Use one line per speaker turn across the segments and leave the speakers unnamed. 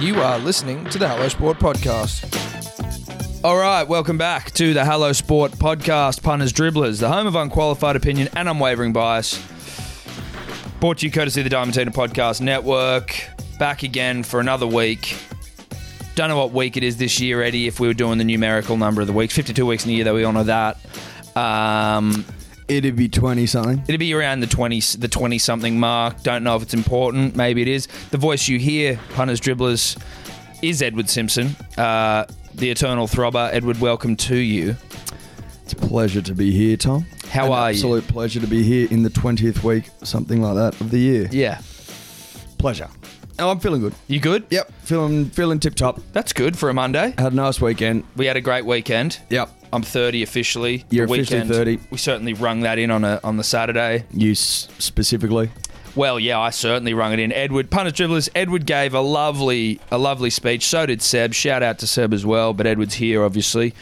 You are listening to the Hello Sport Podcast. All right, welcome back to the Hello Sport Podcast, Punters Dribblers, the home of unqualified opinion and unwavering bias. Brought to you courtesy of the Diamantina Podcast Network. Back again for another week. Don't know what week it is this year, Eddie, if we were doing the numerical number of the weeks. 52 weeks in a year, though, we honour that. Um,
It'd be 20 something.
It'll be around the 20 the 20 something mark. Don't know if it's important. Maybe it is. The voice you hear, punters, dribblers, is Edward Simpson, uh, the eternal throbber. Edward, welcome to you.
It's a pleasure to be here, Tom.
How
An
are you?
Absolute pleasure to be here in the 20th week, something like that, of the year.
Yeah.
Pleasure. Oh, I'm feeling good.
You good?
Yep, feeling feeling tip top.
That's good for a Monday.
Had a nice weekend.
We had a great weekend.
Yep.
I'm 30 officially.
You're officially 30.
We certainly rung that in on a on the Saturday.
You s- specifically.
Well, yeah, I certainly rung it in. Edward, punters, dribblers. Edward gave a lovely, a lovely speech. So did Seb. Shout out to Seb as well. But Edward's here, obviously,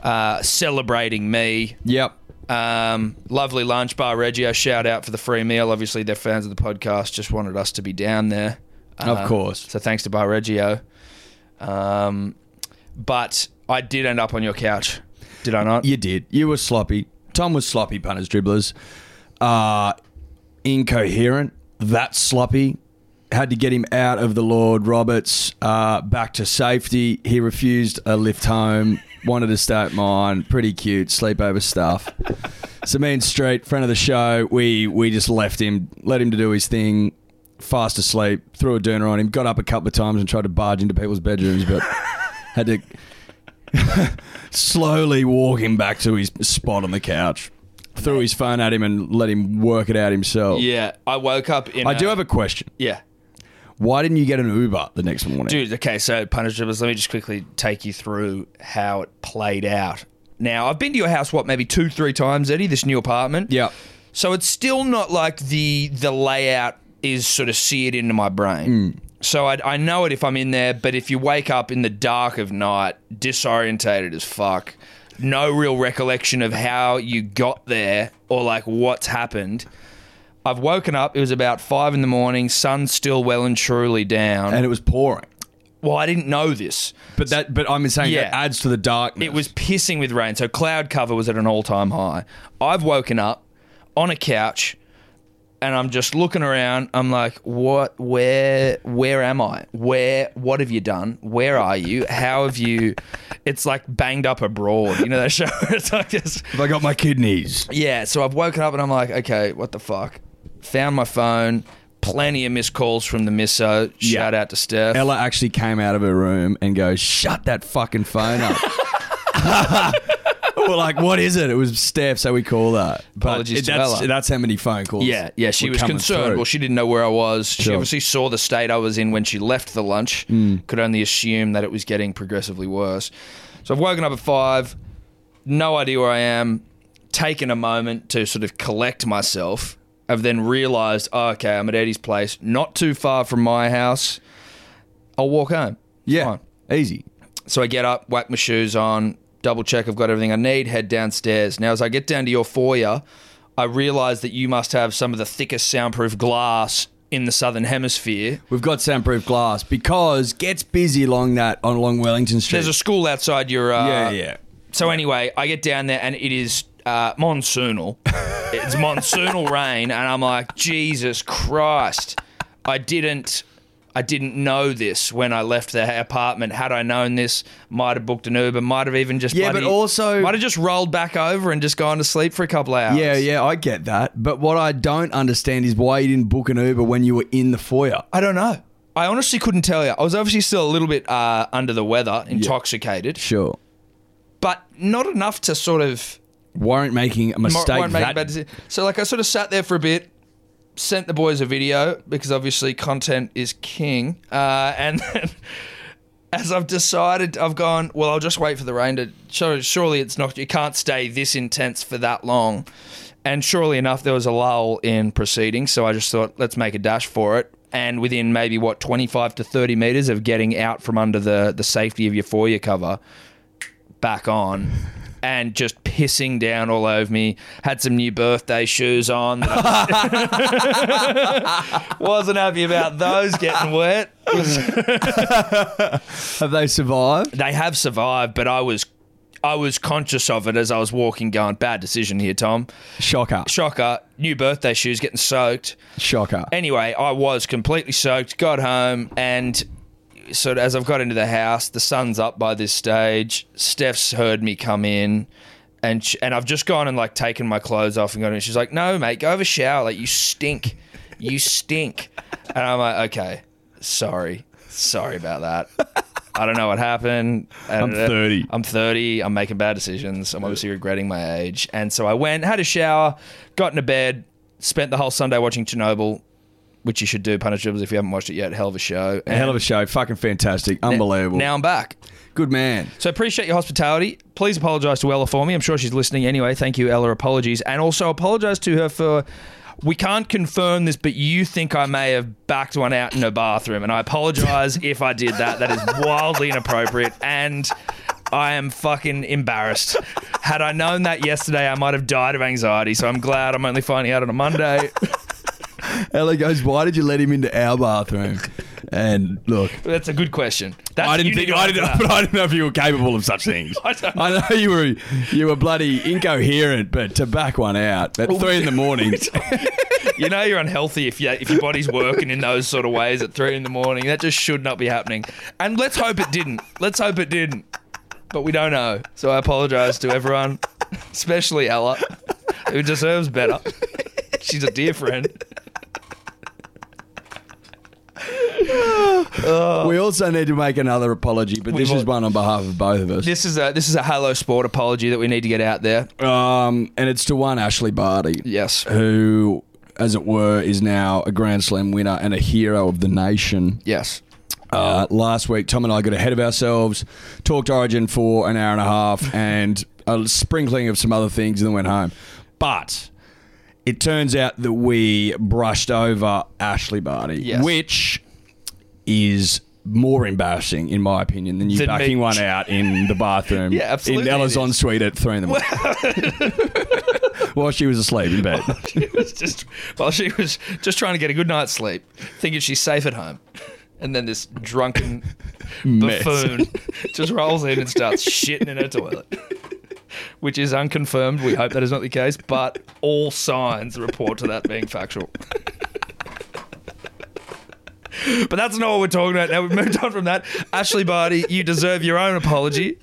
uh, celebrating me.
Yep.
Um, lovely lunch bar, Reggio. Shout out for the free meal. Obviously, they're fans of the podcast. Just wanted us to be down there.
Of
Uh,
course.
So thanks to Bar Reggio. Um, but I did end up on your couch, did I not?
You did. You were sloppy. Tom was sloppy, punters, dribblers. Uh, incoherent. That's sloppy. Had to get him out of the Lord Roberts, uh, back to safety. He refused a lift home, wanted to stay at mine. Pretty cute, sleepover stuff. so me and Street, friend of the show, we, we just left him, let him to do his thing, fast asleep, threw a durner on him, got up a couple of times and tried to barge into people's bedrooms, but had to slowly walk him back to his spot on the couch. Threw his phone at him and let him work it out himself.
Yeah, I woke up in.
I
a-
do have a question.
Yeah.
Why didn't you get an Uber the next morning?
Dude, okay, so Punish Dribblers, let me just quickly take you through how it played out. Now, I've been to your house, what, maybe two, three times, Eddie, this new apartment?
Yeah.
So it's still not like the the layout is sort of seared into my brain. So I, I know it if I'm in there, but if you wake up in the dark of night, disorientated as fuck, no real recollection of how you got there or like what's happened. I've woken up. It was about five in the morning. Sun's still well and truly down.
And it was pouring.
Well, I didn't know this.
But that but I'm saying
Yeah.
that adds to the darkness.
It was pissing with rain, so cloud cover was at an all time high. I've woken up on a couch and I'm just looking around. I'm like, what, where, where am I? Where, what have you done? Where are you? How have you? It's like banged up abroad. You know that show? It's like this.
Have I got my kidneys?
Yeah, so I've woken up and I'm like, okay, what the fuck? Found my phone. Plenty of missed calls from the misso.
Yeah.
Shout out to Steph.
Ella actually came out of her room and goes, Shut that fucking phone up. We're like, what is it? It was Steph, so we call that. But
Apologies
it-
to
that's,
Ella.
that's how many phone calls.
Yeah, yeah, she
were
was
coming
concerned.
through.
Well, she didn't know where I was. She
Sure.
obviously saw the state I was in when she left the lunch. Could only assume that it was getting progressively worse. So I've woken up at five, no idea where I am, taken a moment to sort of collect myself. I've then realised, oh, okay, I'm at Eddie's place, not too far from my house. I'll walk home.
yeah.
Fine.
Easy.
So I get up, whack my shoes on, double check I've got everything I need, head downstairs. Now, as I get down to your foyer, I realize that you must have some of the thickest soundproof glass in the southern hemisphere.
We've got soundproof glass because gets busy along that on along Wellington Street.
There's a school outside your. Uh,
yeah, yeah.
So anyway, I get down there and it is uh, monsoonal. it's monsoonal rain, and I'm like, Jesus Christ! I didn't, I didn't know this when I left the apartment. Had I known this, might have booked an Uber. Might have even just
Yeah, but
bloody-
also-
might have just rolled back over and just gone to sleep for a couple of hours.
Yeah, yeah, I get that. But what I don't understand is why you didn't book an Uber when you were in the foyer.
I don't know. I honestly couldn't tell you. I was obviously still a little bit uh, under the weather, intoxicated,
Sure.
but not enough to sort of
Weren't making a
Mo-
mistake.
won't make a
that-
bad decision. So like I sort of sat there for a bit, sent the boys a video because obviously content is king. Uh, and then as I've decided, I've gone. Well, I'll just wait for the rain to. So surely it's not. You can't stay this intense for that long. And surely enough, there was a lull in proceedings. So I just thought, let's make a dash for it. And within maybe what twenty five to thirty meters of getting out from under the the safety of your foyer cover, back on. and just pissing down all over me. Had some new birthday shoes on. that I was- Wasn't happy about those getting wet.
Have they survived?
They have survived, but I was I was conscious of it as I was walking going, bad decision here, Tom.
Shocker.
Shocker, new birthday shoes getting soaked.
Shocker.
Anyway, I was completely soaked, got home, and sort of as I've got into the house, the sun's up by this stage. Steph's heard me come in, and sh and I've just gone and like taken my clothes off and gone. And she's like, "No, mate, go have a shower. Like you stink, you stink." And I'm like, "Okay, sorry, sorry about that." I don't know what happened. I'm
30.
I'm 30. I'm making bad decisions. I'm obviously regretting my age. And so I went, had a shower, got into bed, spent the whole Sunday watching Chernobyl, which you should do, Punish Dribbles, if you haven't watched it yet. Hell of a show.
A hell of a show. Fucking fantastic. Unbelievable.
Now I'm back.
Good man.
So appreciate your hospitality. Please apologise to Ella for me. I'm sure she's listening anyway. Thank you, Ella. Apologies, and also apologise to her for. We can't confirm this, but you think I may have backed one out in her bathroom, and I apologise if I did that. That is wildly inappropriate, and I am fucking embarrassed. Had I known that yesterday, I might have died of anxiety. So I'm glad I'm only finding out on a Monday.
Ella goes, why did you let him into our bathroom? And look,
That's a good question. That's,
I didn't
you need
think
to
I didn't,
answer that.
but I didn't know if you were capable of such things.
I don't
I know you were you were bloody incoherent, but to back one out at three in the morning,
You know you're unhealthy if you, if your body's working in those sort of ways at three in the morning. That just should not be happening. And let's hope it didn't. Let's hope it didn't. But we don't know. So I apologise to everyone, especially Ella, who deserves better. She's a dear friend. Oh.
we also need to make another apology. But this
We've
is one on behalf of both of us,
This is a this is a hello sport apology that we need to get out there.
um, and it's to one Ashley Barty,
Yes.
who, as it were, is now a Grand Slam winner and a hero of the nation.
Yes.
Uh, last week, Tom and I got ahead of ourselves, talked Origin for an hour and a half, and a sprinkling of some other things, and then went home. But it turns out that we brushed over Ashley Barty,
Yes.
which is more embarrassing, in my opinion, than you
Than me.
backing one out in the bathroom
Yeah, absolutely
in Ella's
it is.
ensuite at three in the morning while she was asleep in bed.
She was just while she was just trying to get a good night's sleep, thinking she's safe at home. And then this drunken
Mess.
buffoon just rolls in and starts shitting in her toilet. Which is unconfirmed. We hope that is not the case, but all signs report to that being factual. But that's not what we're talking about now. We've moved on from that. Ashley Barty, you deserve your own apology,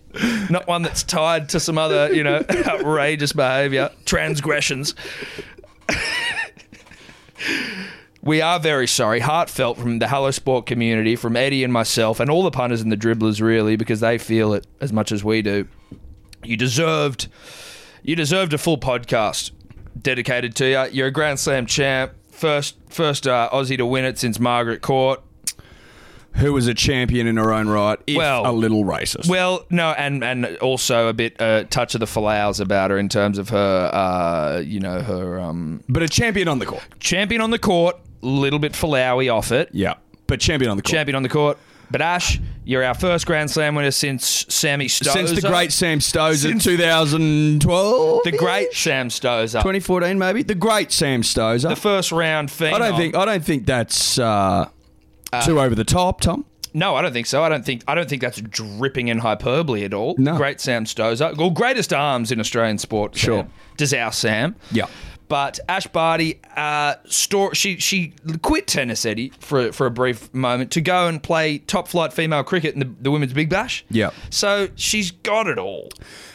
not one that's tied to some other, you know, outrageous behaviour, transgressions. We are very sorry, heartfelt from the Hello Sport community, from Eddie and myself, and all the punters and the dribblers, really, because they feel it as much as we do. You deserved, you deserved a full podcast dedicated to you. You're a Grand Slam champ, first first uh, Aussie to win it since Margaret Court.
Who was a champion in her own right, if
Well-
a little racist.
Well, no, and and also a bit uh, touch of the Falaus about her in terms of her, uh, you know, her um,
but a champion on the court.
champion on the court, little bit Falaui off it.
Yeah. But champion on the court.
champion on the court. But Ash, you're our first Grand Slam winner since Sammy Stozer.
since the great Sam Stosur,
Since-
2012,
the great Sam Stozer.
2014 maybe the great Sam Stosur.
the first round phenom.
I don't think I don't think that's uh, too over the top, Tom.
No, I don't think so. I don't think I don't think that's dripping in hyperbole at all.
No.
Great Sam Stozer. Well, greatest arms in Australian sport. Sam.
Sure.
Does our Sam.
Yeah.
But Ash Barty, uh, store, she she quit tennis, Eddie, for for a brief moment to go and play top flight female cricket in the, the women's Big Bash.
Yeah.
So she's got it all: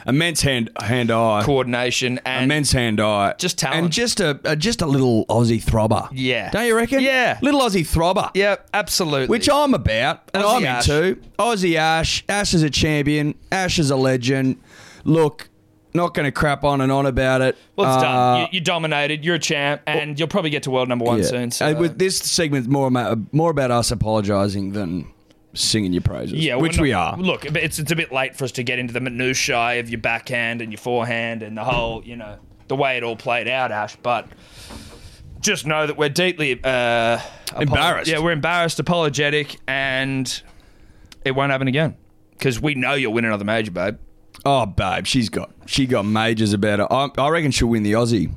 Immense hand hand eye,
coordination and
immense hand eye,
Just talent.
and just a, a just a little Aussie throbber.
Yeah.
don't you reckon?
Yeah.
little Aussie throbber.
Yeah, absolutely.
Which I'm about, and
Aussie
I'm
Ash.
into. Aussie Ash. Ash is a champion. Ash is a legend. Look, not going to crap on and on about it.
well, it's
Uh,
done. You, you dominated. You're a champ, and you'll probably get to world number one
Yeah.
soon. So. uh,
And with this segment's more about, more about us apologising than singing your praises.
yeah, we're
which
not-
we are.
Look, but it's it's a bit late for us to get into the minutiae of your backhand and your forehand and the whole, you know, the way it all played out, Ash. But just know that we're deeply uh, apo-
Embarrassed.
yeah, we're embarrassed, apologetic, and it won't happen again because we know you'll win another major, babe.
Oh, babe, she's got she got majors about her. I, I reckon she'll win the Aussie.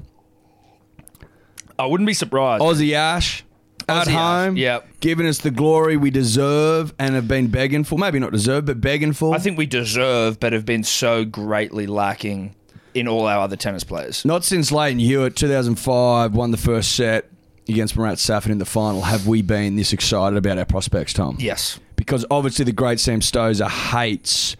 I wouldn't be surprised.
Aussie Ash at
Aussie Ash,
home,
yep.
giving us the glory we deserve and have been begging for. Maybe not deserve, but begging for.
I think we deserve, but have been so greatly lacking in all our other tennis players.
Not since Leighton Hewitt, 2005, won the first set against Murat Safin in the final, have we been this excited about our prospects, Tom?
Yes,
Because obviously the great Sam Stosur hates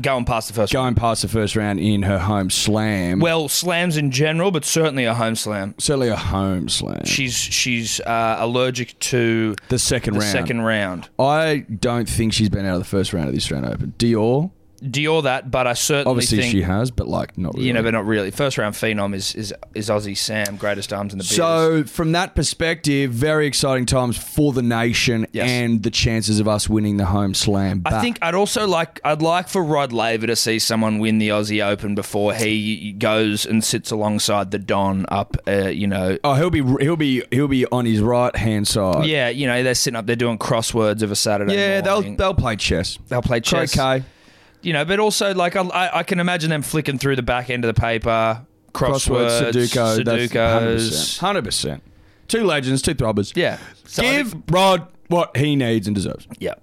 going past the first.
going past the first round in her home slam.
Well, slams in general, but certainly a home slam.
certainly a home slam.
She's she's uh, allergic to
the second
the
round.
second round.
I don't think she's been out of the first round of the Australian Open. Dior,
Dior that, but I certainly
obviously
think
she has, but like not really.
you know, but not really. First round phenom is is, is Aussie Sam, greatest arms in the biz.
So, from that perspective, very exciting times for the nation
Yes.
and the chances of us winning the home slam. But
I think I'd also like I'd like for Rod Laver to see someone win the Aussie Open before he goes and sits alongside the Don up, uh, you know.
oh, he'll be he'll be he'll be on his right hand side.
Yeah, you know they're sitting up, they're doing crosswords of a Saturday.
Oh. yeah, they'll
morning.
they'll play chess.
they'll play chess.
Croquet,
you know, but also like I, I, I can imagine them flicking through the back end of the paper,
crossword,
crosswords,
Sudoku,
Sudokus.
that's hundred percent. Two legends, two throbbers.
yeah, So I
Give
think-
Rod what he needs and deserves.
yeah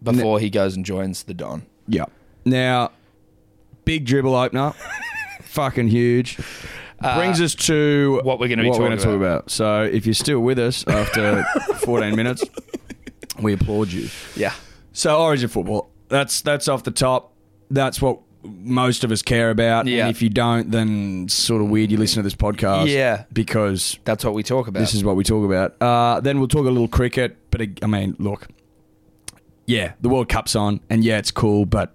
before he goes and joins the Don.
Yeah. Now, big dribble opener, fucking huge. Brings us to
what we're gonna be
Uh, what we're
talking
gonna talk about. So, if you're still with us after 14 minutes, we applaud you.
Yeah,
So, Origin football. That's that's off the top. That's what most of us care about.
Yeah.
And if you don't, then it's sort of weird you listen to this podcast.
Yeah.
Because
that's what we talk about.
this is what we talk about. Uh, then we'll talk a little cricket, but I mean, look, yeah, the World Cup's on, and yeah, it's cool, but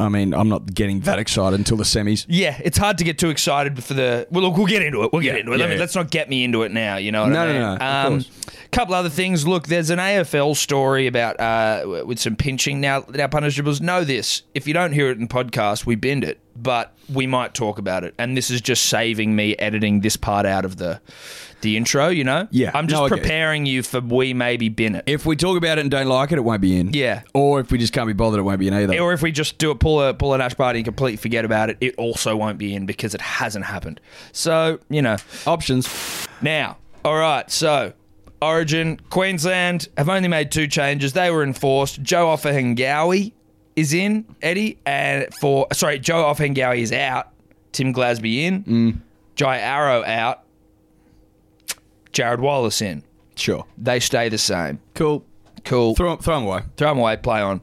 I mean, I'm not getting that excited until the semis.
yeah, it's hard to get too excited for the. Well, look, we'll get into it. We'll get
Yeah,
into it. Let
yeah,
me,
yeah.
Let's not get me into it now. You know what
No,
I
no,
mean? Um,
no, of course.
couple other things. Look, there's an AFL story about uh, w- with some pinching. Now, now, punters dribblers know this. If you don't hear it in podcast, we bend it, but we might talk about it. And this is just saving me editing this part out of the the intro. You know?
Yeah,
I'm just
no, I get it.
preparing you for we maybe bin it.
If we talk about it and don't like it, it won't be in.
Yeah.
Or if we just can't be bothered, it won't be in either.
or if we just do a pull a pull an ash party and completely forget about it, it also won't be in because it hasn't happened. So you know.
Options.
Now, all right, so Origin, Queensland have only made two changes. They were enforced. Joe Offahengawi is in, Eddie, and for sorry, Joe Offahengawi is out. Tim Glasby in. Jai Arrow out. Jared Wallace in.
Sure.
They stay the same.
Cool.
Cool.
Throw, 'em- throw 'em away.
Throw them away, play on.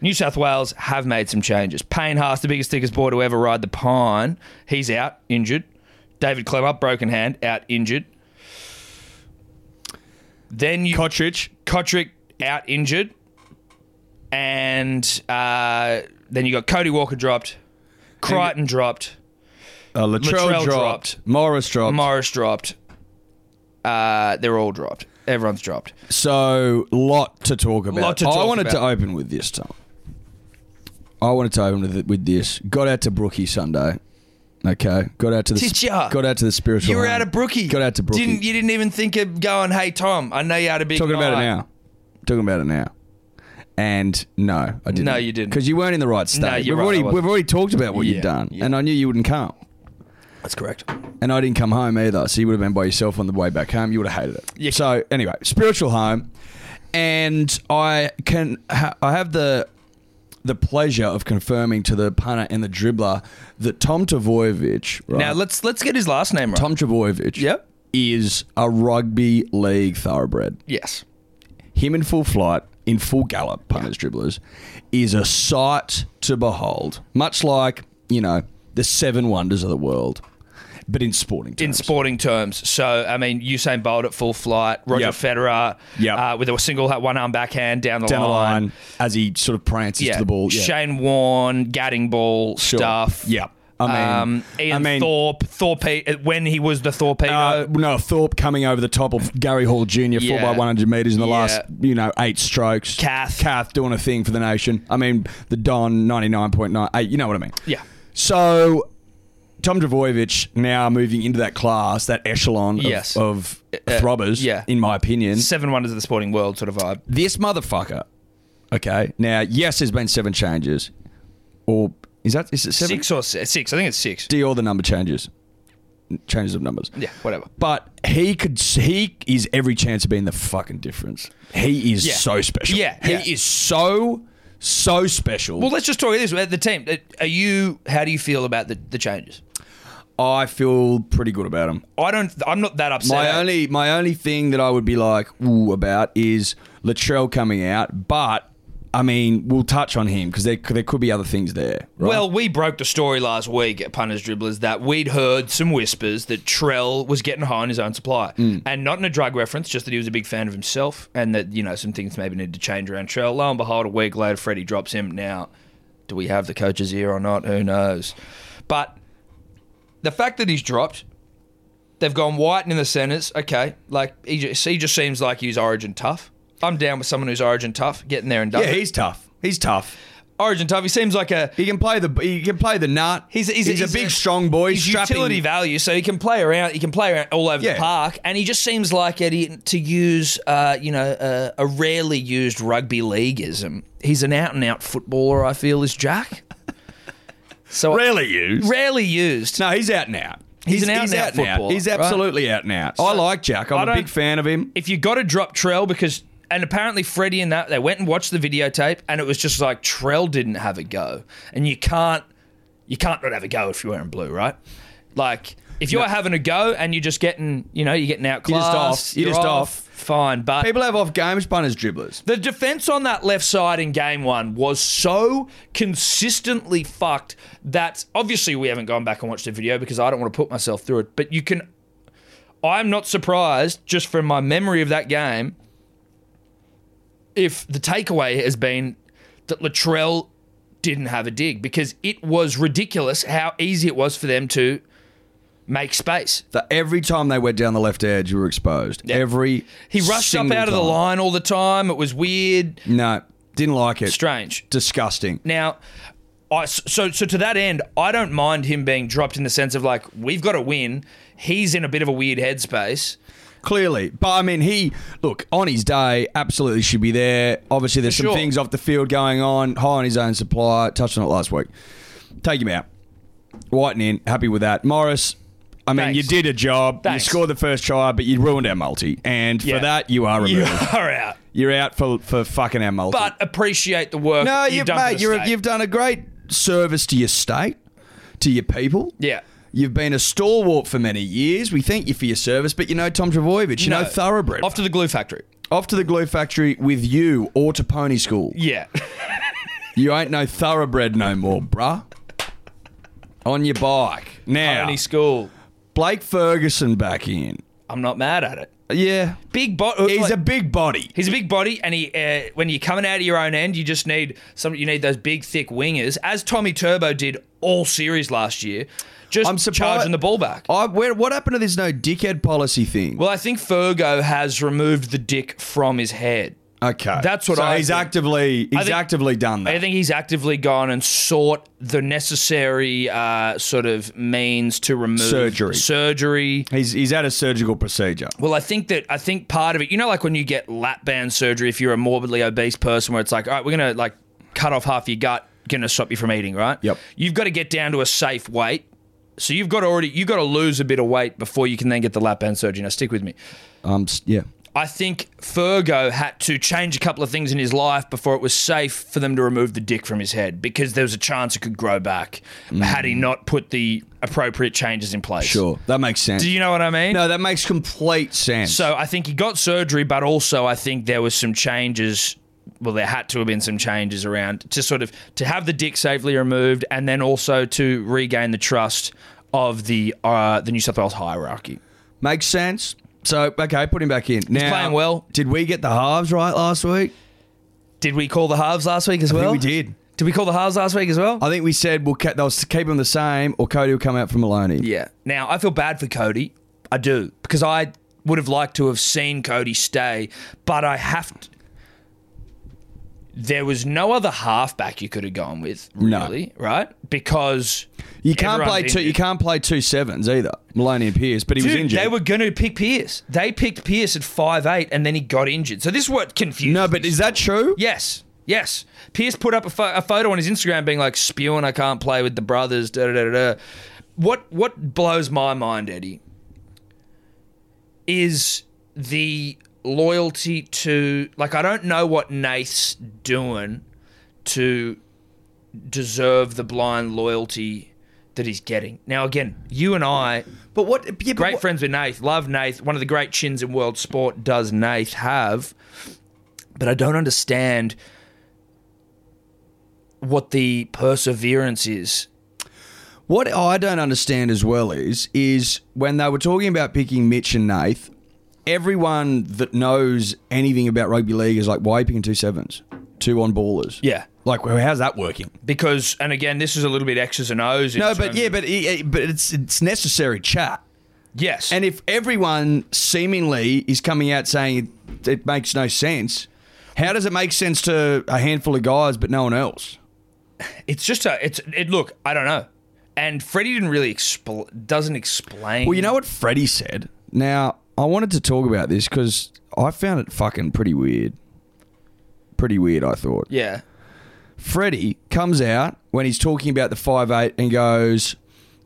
New South Wales have made some changes. Payne Haas, the biggest, thickest boy to ever ride the pine, he's out, injured. David Clem up, broken hand, out, injured. Then you
Kotrich.
Kotrick out, injured, and uh, then you got Cody Walker dropped, Crichton dropped,
Uh, Latrell,
Latrell
dropped, Morris dropped.
Morris dropped. Uh, they're all dropped. Everyone's dropped.
So, lot to talk about.
Lot to
I
talk
wanted to
about.
open with this, Tom. I wanted to open with, with this. Got out to Brookie Sunday. Okay, got out to the
Did
sp-
ya?
got out to the spiritual.
You were
home.
out of Brookie.
Got out to Brookie.
Didn't you? Didn't even think of going. Hey Tom, I know you had a big.
Talking about it
night."
now. Talking about it now. And no, I didn't.
No, you didn't.
Because you weren't in the right state.
you're
we've
right, I
already
wasn't.
we've already talked about what
Yeah,
you've done,
yeah.
and I knew you wouldn't come,
That's correct.
and I didn't come home either. So you would have been by yourself on the way back home. You would have hated it.
Yeah.
So anyway, spiritual home, and I can ha- I have the the pleasure of confirming to the punter and the dribbler that Tom Tavoyevich. Right,
Now let's let's get his last name right.
Tom Tavoyevich.
Yep.
Is a rugby league thoroughbred.
Yes.
him in full flight, in full gallop, punters, dribblers, is a sight to behold. Much like, you know, the seven wonders of the world, but in sporting
In
terms.
sporting terms, so I mean, Usain Bolt at full flight, Roger
Yep.
Federer,
Yep.
uh, with a single one arm backhand down the
down the
line,
line, as he sort of prances
yeah,
to the ball. Yeah,
Shane Warne, gadding ball
sure.
stuff,
Yeah. I mean,
um, Ian
I mean,
Thorpe, Thorpe uh, when he was the Thorpedo,
Uh, no, Thorpe coming over the top of Gary Hall Jr. four
Yeah.
by one hundred meters in the
Yeah.
last, you know, eight strokes.
Kath.
Kath doing a thing for the nation. I mean, the Don ninety nine point nine eight. You know what I mean?
Yeah.
So, Tom Dravojevic now moving into that class, that echelon of,
Yes.
of
uh,
throbbers.
yeah.
In my opinion,
seven wonders of the sporting world sort of vibe.
this motherfucker. Okay. Now, yes, there's been seven changes, or Is that is it seven?
Six or se- six. I think it's six.
D or the number changes, changes of numbers.
yeah, whatever.
But he could. He is every chance of being the fucking difference. He is
Yeah.
so special.
Yeah,
he
yeah.
is so so special.
Well, let's just talk this. Uh, The team. Are you? How do you feel about the, the changes?
I feel pretty good about him.
I don't. I'm not that upset.
My only my only thing that I would be like ooh about is Latrell coming out, but I mean we'll touch on him because there there could be other things there. Right?
Well, we broke the story last week at Punters Dribblers that we'd heard some whispers that Trell was getting high on his own supply.
Mm.
And not in a drug reference, just that he was a big fan of himself and that, you know, some things maybe need to change around Trell. Lo and behold, a week later, Freddie drops him. Now, do we have the coach's ear or not? Who knows? But the fact that he's dropped, they've gone white in the centres. Okay. Like, he just, he just seems like he's origin tough. I'm down with someone who's origin tough, getting there and done.
yeah, he's tough. He's tough.
origin tough. He seems like a.
He can play the he can play the nut.
He's a, he's a, he's
a big strong boy.
He's
strapping-
utility value, so he can play around. He can play around all over
Yeah.
the park, and he just seems like a, to use, uh, you know, uh, a rarely used rugby leagueism. He's an out and out footballer. I feel is Jack. So
Rarely used.
rarely used.
no, he's out now.
He's an out-and-out
now.
footballer,
He's
right?
absolutely out now. I like Jack.
I
I'm a
don't-
big fan of him.
If you got to drop Trell because. And apparently, Freddie and that they went and watched the videotape, and it was just like Trell didn't have a go, and you can't, you can't not have a go if you're wearing blue, right? Like if you're having a go and you're just getting, you know, you're getting outclassed,
off. You're just off.
Fine, but
People have off games, punters, dribblers.
the defense on that left side in game one was so consistently fucked that obviously we haven't gone back and watched the video because I don't want to put myself through it. But you can, I'm not surprised just from my memory of that game. If the takeaway has been that Latrell didn't have a dig because it was ridiculous how easy it was for them to make space.
That every time they went down the left edge, you were exposed. Every
He rushed up
single
out of the
time.
line all the time. It was weird,
No, didn't like it.
strange.
Disgusting.
Now, I, so so to that end, I don't mind him being dropped in the sense of like we've got to win. He's in a bit of a weird headspace.
Clearly. But I mean, he, look, on his day, absolutely should be there. Obviously, there's
Sure.
some things off the field going on, high on his own supply. Touched on it last week. Take him out. Whiten in, happy with that. Morris, I mean,
Thanks.
you did a job.
Thanks.
You scored the first try, but you ruined our multi. And
Yeah.
for that, you are
You
removed.
are out,
You're out for, for fucking our multi.
but appreciate the work.
no,
you've
you,
done for
mate,
the
you're,
state.
you've done a great service to your state, to your people.
yeah.
You've been a stalwart for many years. We thank you for your service, but you know Tom Travojevic, you know thoroughbred.
Off
Off,
to the glue factory.
to the glue factory with you or to pony school.
Yeah,
You ain't no thoroughbred no more, bruh. On your bike. Now,
only school.
Blake Ferguson back in.
I'm not mad at it.
Yeah.
Big body.
He's a big body.
He's a big body, and he uh, when you're coming out of your own end, you just need some. You need those big, thick wingers, as Tommy Turbo did all series last year. Just
I'm surprised-
charging the ball back.
I, where, what happened to this no dickhead policy thing?
Well, I think Fergo has removed the dick from his head.
okay.
that's what
so
I
he's
think.
actively he's
think-
actively done that.
I think he's actively gone and sought the necessary uh, sort of means to remove
Surgery.
Surgery.
he's he's had a surgical procedure.
Well, I think that I think part of it, you know, like when you get lap band surgery, if you're a morbidly obese person, where it's like, all right, we're gonna like cut off half your gut, gonna stop you from eating, right?
Yep.
You've got to get down to a safe weight. So you've got to already you've got to lose a bit of weight before you can then get the lap band surgery. Now stick with me.
Um, s- yeah.
I think Fergo had to change a couple of things in his life before it was safe for them to remove the dick from his head because there was a chance it could grow back had he not put the appropriate changes in place.
Mm. Sure. That makes sense.
Do you know what I mean?
No, that makes complete sense.
So I think he got surgery, but also I think there was some changes. Well, there had to have been some changes around to sort of to have the dick safely removed, and then also to regain the trust of the uh, the New South Wales hierarchy.
makes sense. So okay, put him back in. Now,
playing well.
Did we get the halves right last week?
Did we call the halves last week as
I think
well?
we did.
Did we call the halves last week as well?
I think we said we'll keep, they'll keep him the same, or Cody will come out for Maloney.
Yeah. Now I feel bad for Cody. I do because I would have liked to have seen Cody stay, but I have. To, there was no other halfback you could have gone with,
No.
really, right? Because
you can't
everyone
play two.
injured.
You can't play two sevens either. Maloney and Pierce, but he was
Dude,
injured.
they were going to pick Pierce. They picked Pierce at five eight, and then he got injured. So this is what confused.
no, but
me.
is that true?
yes, Yes. Pierce put up a, pho- a photo on his Instagram being like, spewing, I can't play with the brothers, da da da da. da." What, what blows my mind, Eddie, is the loyalty to, like, I don't know what Nath's doing to deserve the blind loyalty that he's getting. Now, again, you and I
But what? Yeah, but
great
what-
friends with Nath. Love Nath. One of the great chins in world sport does Nath have. But I don't understand what the perseverance is.
What I don't understand as well is is when they were talking about picking Mitch and Nath, everyone that knows anything about rugby league is like, why are you picking two sevens, two on ballers?
Yeah.
Like, well, how's that working? because
And again, this is a little bit X's and O's. um, in
no, but
terms
yeah,
of-
but it, it- but it's it's necessary chat.
yes,
And if everyone seemingly is coming out saying it, it makes no sense, how does it make sense to a handful of guys but no one else?
it's just a it's it. Look, I don't know. And Freddie didn't really expl- doesn't explain.
Well, you know what Freddie said. Now, I wanted to talk about this because I found it fucking pretty weird. Pretty weird, I thought.
Yeah,
Freddie comes out when he's talking about the five eight and goes,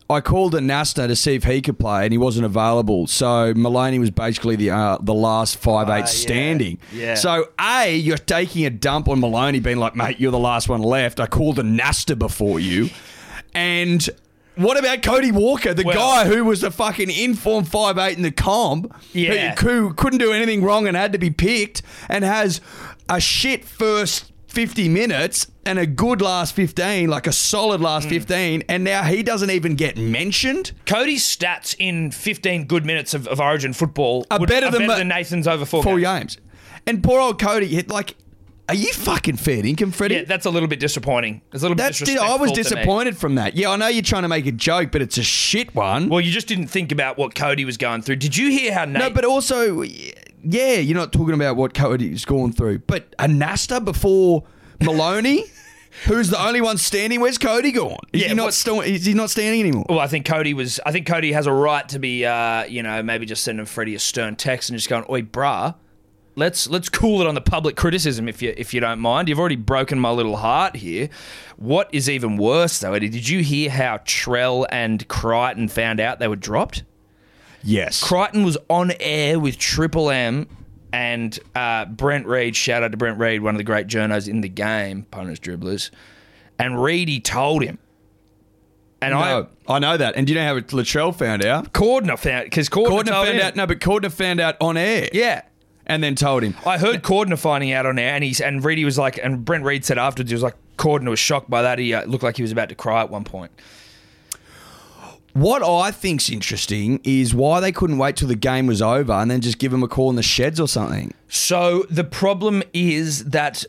I called a Nasta to see if he could play and he wasn't available. So Maloney was basically the uh, the last five
Ah,
eight
yeah.
standing.
Yeah.
So A, you're taking a dump on Maloney being like, mate, you're the last one left. I called a Nasta before you. And what about Cody Walker, the
Well-
guy who was the fucking informed five eight in the comp?
Yeah.
Who, who couldn't do anything wrong and had to be picked and has a shit first 50 minutes and a good last 15, like a solid
Mm.
last 15, and now he doesn't even get mentioned.
Cody's stats in 15 good minutes of, of Origin football
Are
would-
better than Ma-
Nathan's over four.
Paul
games.
James. And poor old Cody, he- like, are you fucking fair income, Freddie?
Yeah, that's a little bit disappointing. It's a little
that's
bit
di- I was
disrespectful to me.
disappointed from that. Yeah, I know you're trying to make a joke, but it's a shit one.
Well, you just didn't think about what Cody was going through. Did you hear how Nate?
no, but also, yeah, you're not talking about what Cody's gone through, but a Nasta before Maloney, who's the only one standing. Where's Cody gone? Is
Yeah,
he not
what-
still? Is he not standing anymore?
well, I think Cody was. I think Cody has a right to be. Uh, you know, maybe just sending Freddie a stern text and just going, "Oi, brah, let's let's cool it on the public criticism if you if you don't mind. You've already broken my little heart here. What is even worse though, Eddie? Did you hear how Trell and Crichton found out they were dropped?
Yes.
Crichton was on air with Triple M and uh, Brent Reed. Shout out to Brent Reed, one of the great journos in the game, punters, dribblers. And Reedy told him. And I,
no, I know that. And do you know how Latrell found out?
Cordner found, because Cordner,
Cordner
told
found
him.
out. No, but Cordner found out on air.
Yeah.
And then told him.
I heard Cordner finding out on air, and he's and Reedy was like, and Brent Reed said afterwards, he was like, Cordner was shocked by that. He uh, looked like he was about to cry at one point.
What I think's interesting is why they couldn't wait till the game was over and then just give him a call in the sheds or something.
So the problem is that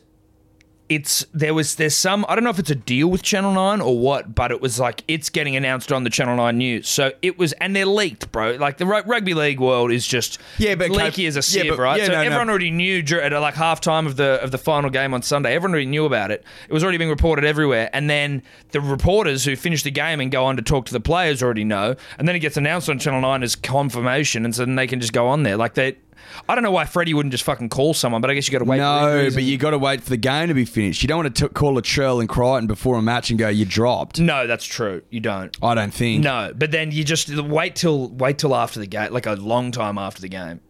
it's there was there's some I don't know if it's a deal with Channel 9 or what, but it was like it's getting announced on the Channel 9 news. So it was and they're leaked, bro. Like the ru- rugby league world is just
Yeah, but-
leaky as a
yeah,
sieve,
but-
right?
yeah,
so
no, no.
everyone already knew dur- at uh, like halftime of the of the final game on Sunday. Everyone already knew about it. It was already being reported everywhere. And then the reporters who finish the game and go on to talk to the players already know. And then it gets announced on Channel Nine as confirmation, and so then they can just go on there. Like they, I don't know why Freddie wouldn't just fucking call someone, but I guess you got to wait. for
no,
injuries
but
and-
you got to wait for the game to be finished. You don't want to t- call Latrell and Crichton before a match and go, you dropped.
no, that's true. You don't.
I don't think.
No, but then you just wait till wait till after the game, like a long time after the game.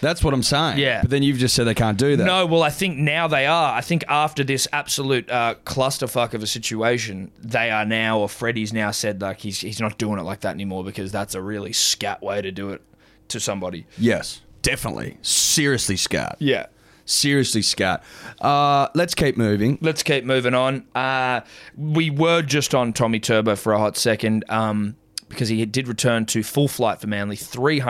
That's what I'm saying.
Yeah.
But then you've just said they can't do that.
No, well, I think now they are. I think after this absolute uh, clusterfuck of a situation, they are now, or Freddie's now said like he's he's not doing it like that anymore because that's a really scat way to do it to somebody.
Yes. Definitely. Seriously, scat.
Yeah.
Seriously, scat. Uh, let's keep moving.
Let's keep moving on. Uh, we were just on Tommy Turbo for a hot second um, because he did return to full flight for Manly,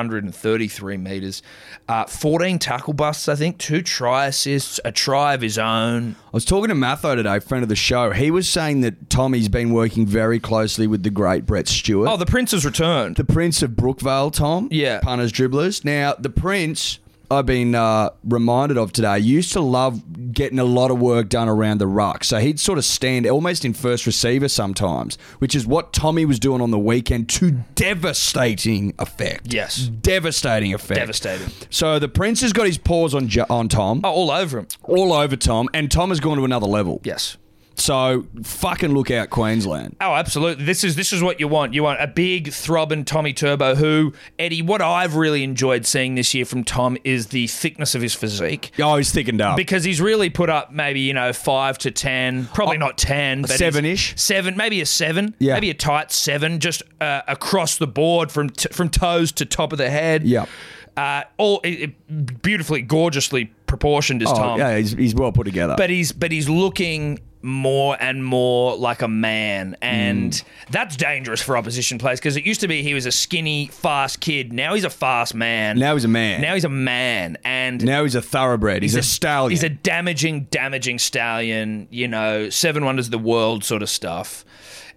333 metres, uh, 14 tackle busts, I think, two try assists, a try of his own.
I was talking to Matho today, friend of the show. He was saying that Tommy's been working very closely with the great Brett Stewart,
Oh, the Prince has returned.
the Prince of Brookvale, Tom.
Yeah.
Punters, dribblers. Now, the Prince I've been uh, reminded of today used to love getting a lot of work done around the ruck. So he'd sort of stand almost in first receiver sometimes, which is what Tommy was doing on the weekend to devastating effect.
Yes.
Devastating effect.
Devastating.
So the Prince has got his paws on, Jo- on Tom,
Oh, all over him.
all over Tom, and Tom has gone to another level.
Yes.
So fucking look out, Queensland.
Oh, absolutely. This is this is what you want. You want a big throbbing Tommy Turbo who, Eddie, what I've really enjoyed seeing this year from Tom is the thickness of his physique.
Oh, he's thickened up.
Because he's really put up maybe, you know, five to ten, probably not ten, but he's-
Oh, seven-ish?
Seven, maybe a seven.
Yeah.
Maybe a tight seven, just uh, across the board from t- from toes to top of the head.
Yep.
Uh, all it, it- beautifully, gorgeously proportioned is
Oh,
Tom.
yeah, he's, he's well put together.
But he's but he's looking more and more like a man, and
Hmm.
that's dangerous for opposition players because it used to be he was a skinny, fast kid. Now he's a fast man.
now he's a man.
now he's a man, and
Now he's a thoroughbred. He's, a, stallion.
He's a damaging, damaging stallion. You know, seven wonders of the world sort of stuff.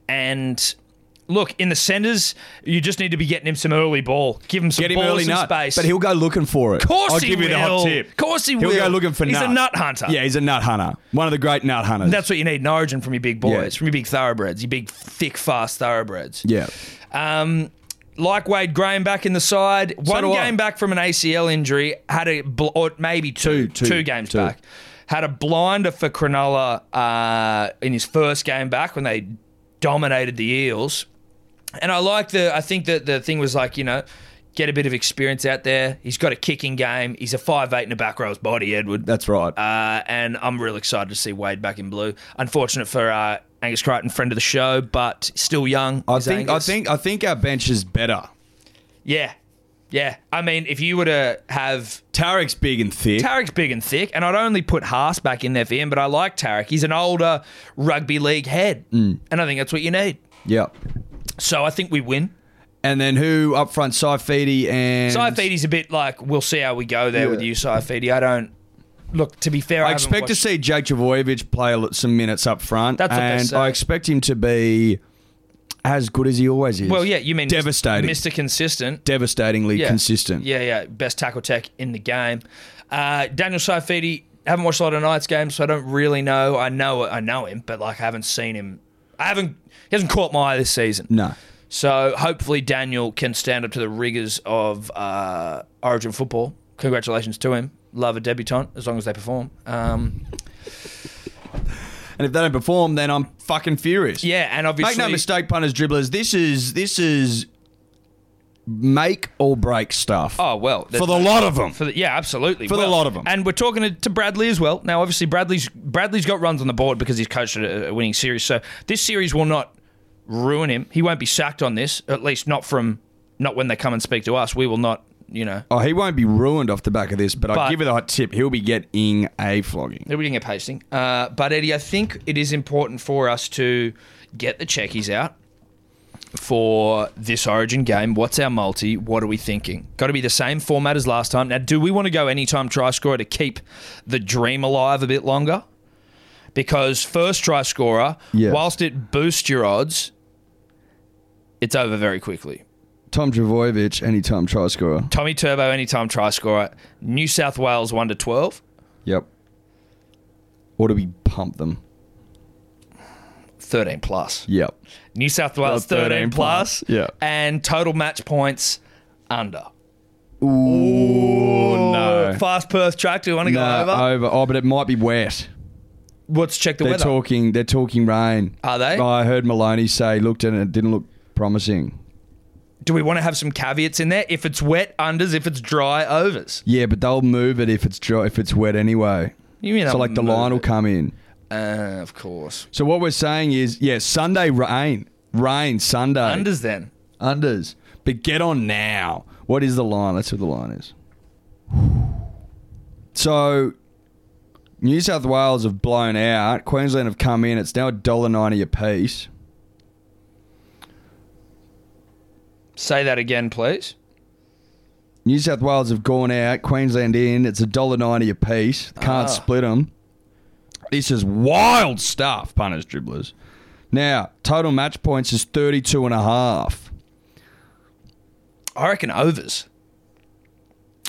And look, in the centres, you just need to be getting him some early ball. Give him some
Get him
balls
early
and
nut,
space.
but he'll go looking for it.
Course
I'll
he
give you the hot
will.
tip.
Course he
he'll
will.
go looking for
He's
nuts.
a nut hunter.
Yeah, he's a nut hunter. One of the great nut hunters.
That's what you need in Origin from your big boys,
Yeah.
from your big thoroughbreds, your big, thick, fast thoroughbreds.
yeah.
Um, like Wade Graham back in the side, one
do
game
I.
back from an ACL injury, had a bl- or maybe two,
Two,
two
two,
games
two.
back, had a blinder for Cronulla uh, in his first game back when they dominated the Eels. And I like the. I think that the thing was like you know. Get a bit of experience out there. He's got a kicking game. He's a five eight in a back row's body, Edward.
That's right.
Uh, and I'm real excited to see Wade back in blue. Unfortunate for uh, Angus Crichton, friend of the show, but still young.
I
is
think. I
Angus.
think. I think our bench is better.
Yeah. Yeah. I mean, if you were to have
Tarek's big and thick.
Tarek's big and thick, and I'd only put Haas back in there for him, but I like Tarek. He's an older rugby league head,
Mm.
and I think that's what you need.
yeah.
So I think we win.
And then who up front? Saifidi and
Saifidi's a bit like, we'll see how we go there
Yeah.
with you, Saifidi. I don't. Look, to be fair, I,
I
haven't
expect to
watched-
see Jake Travojevic play a lot- some minutes up front.
That's what they
and
say.
I expect him to be as good as he always is.
Well, yeah, you mean
Devastating.
Mr. Consistent.
devastatingly
Yeah.
consistent.
Yeah, yeah. Best tackle tech in the game. Uh, Daniel Saifidi, haven't watched a lot of Knights games, so I don't really know. I know I know him, but like I haven't seen him. I haven't. He hasn't caught my eye this season.
No.
So hopefully Daniel can stand up to the rigors of uh, Origin football. Congratulations to him. Love a debutant as long as they perform. Um,
And if they don't perform, then I'm fucking furious.
yeah, and obviously
Make no mistake, punters, dribblers. This is this is make or break stuff
Oh well,
for the lot of them.
For the, yeah, absolutely.
For the
Well,
lot of 'em.
And we're talking to, to Bradley as well. Now, obviously, Bradley's Bradley's got runs on the board because he's coached a, a winning series. So this series will not ruin him. He won't be sacked on this, at least not from not when they come and speak to us. We will not, you know,
Oh, he won't be ruined off the back of this, but, I
But-
give you the hot tip: he'll be getting a flogging.
we didn't get pasting. Uh, but Eddie, I think it is important for us to get the checkies out for this Origin game. What's our multi? What are we thinking? Got to be the same format as last time. Now, do we want to go anytime try scorer to keep the dream alive a bit longer? Because first try scorer,
Yes.
whilst it boosts your odds, it's over very quickly.
Tom Travojevic, anytime try scorer.
Tommy Turbo, anytime try scorer. New South Wales, 1 to 12.
Yep. Or do we pump them?
13 plus.
Yep.
New South Wales
Well,
13,
13 plus,
plus,
yeah.
and total match points under.
Ooh, Oh, no.
Fast Perth track. Do you want to go
No,
over?
over. Oh, but it might be wet.
Let's check the
They're
weather.
talking. They're talking rain.
Are they?
I heard Maloney say looked and it didn't look promising.
Do we want to have some caveats in there? If it's wet, unders. If it's dry, overs.
Yeah, but they'll move it if it's dry, if it's wet anyway.
You mean
so
they'll
like the
move
line will
it?
come in.
Uh, of course.
So what we're saying is, yeah, Sunday rain, rain Sunday
Unders then.
unders. But get on now. What is the line? That's what the line is. So New South Wales have blown out. Queensland have come in. It's now a dollar ninety a piece.
Say that again, please.
New South Wales have gone out. Queensland in. It's a dollar ninety a piece. Can't 'em.
Ah.
split them. This is wild stuff, punters, dribblers. Now total match points is thirty two and a half.
I reckon overs.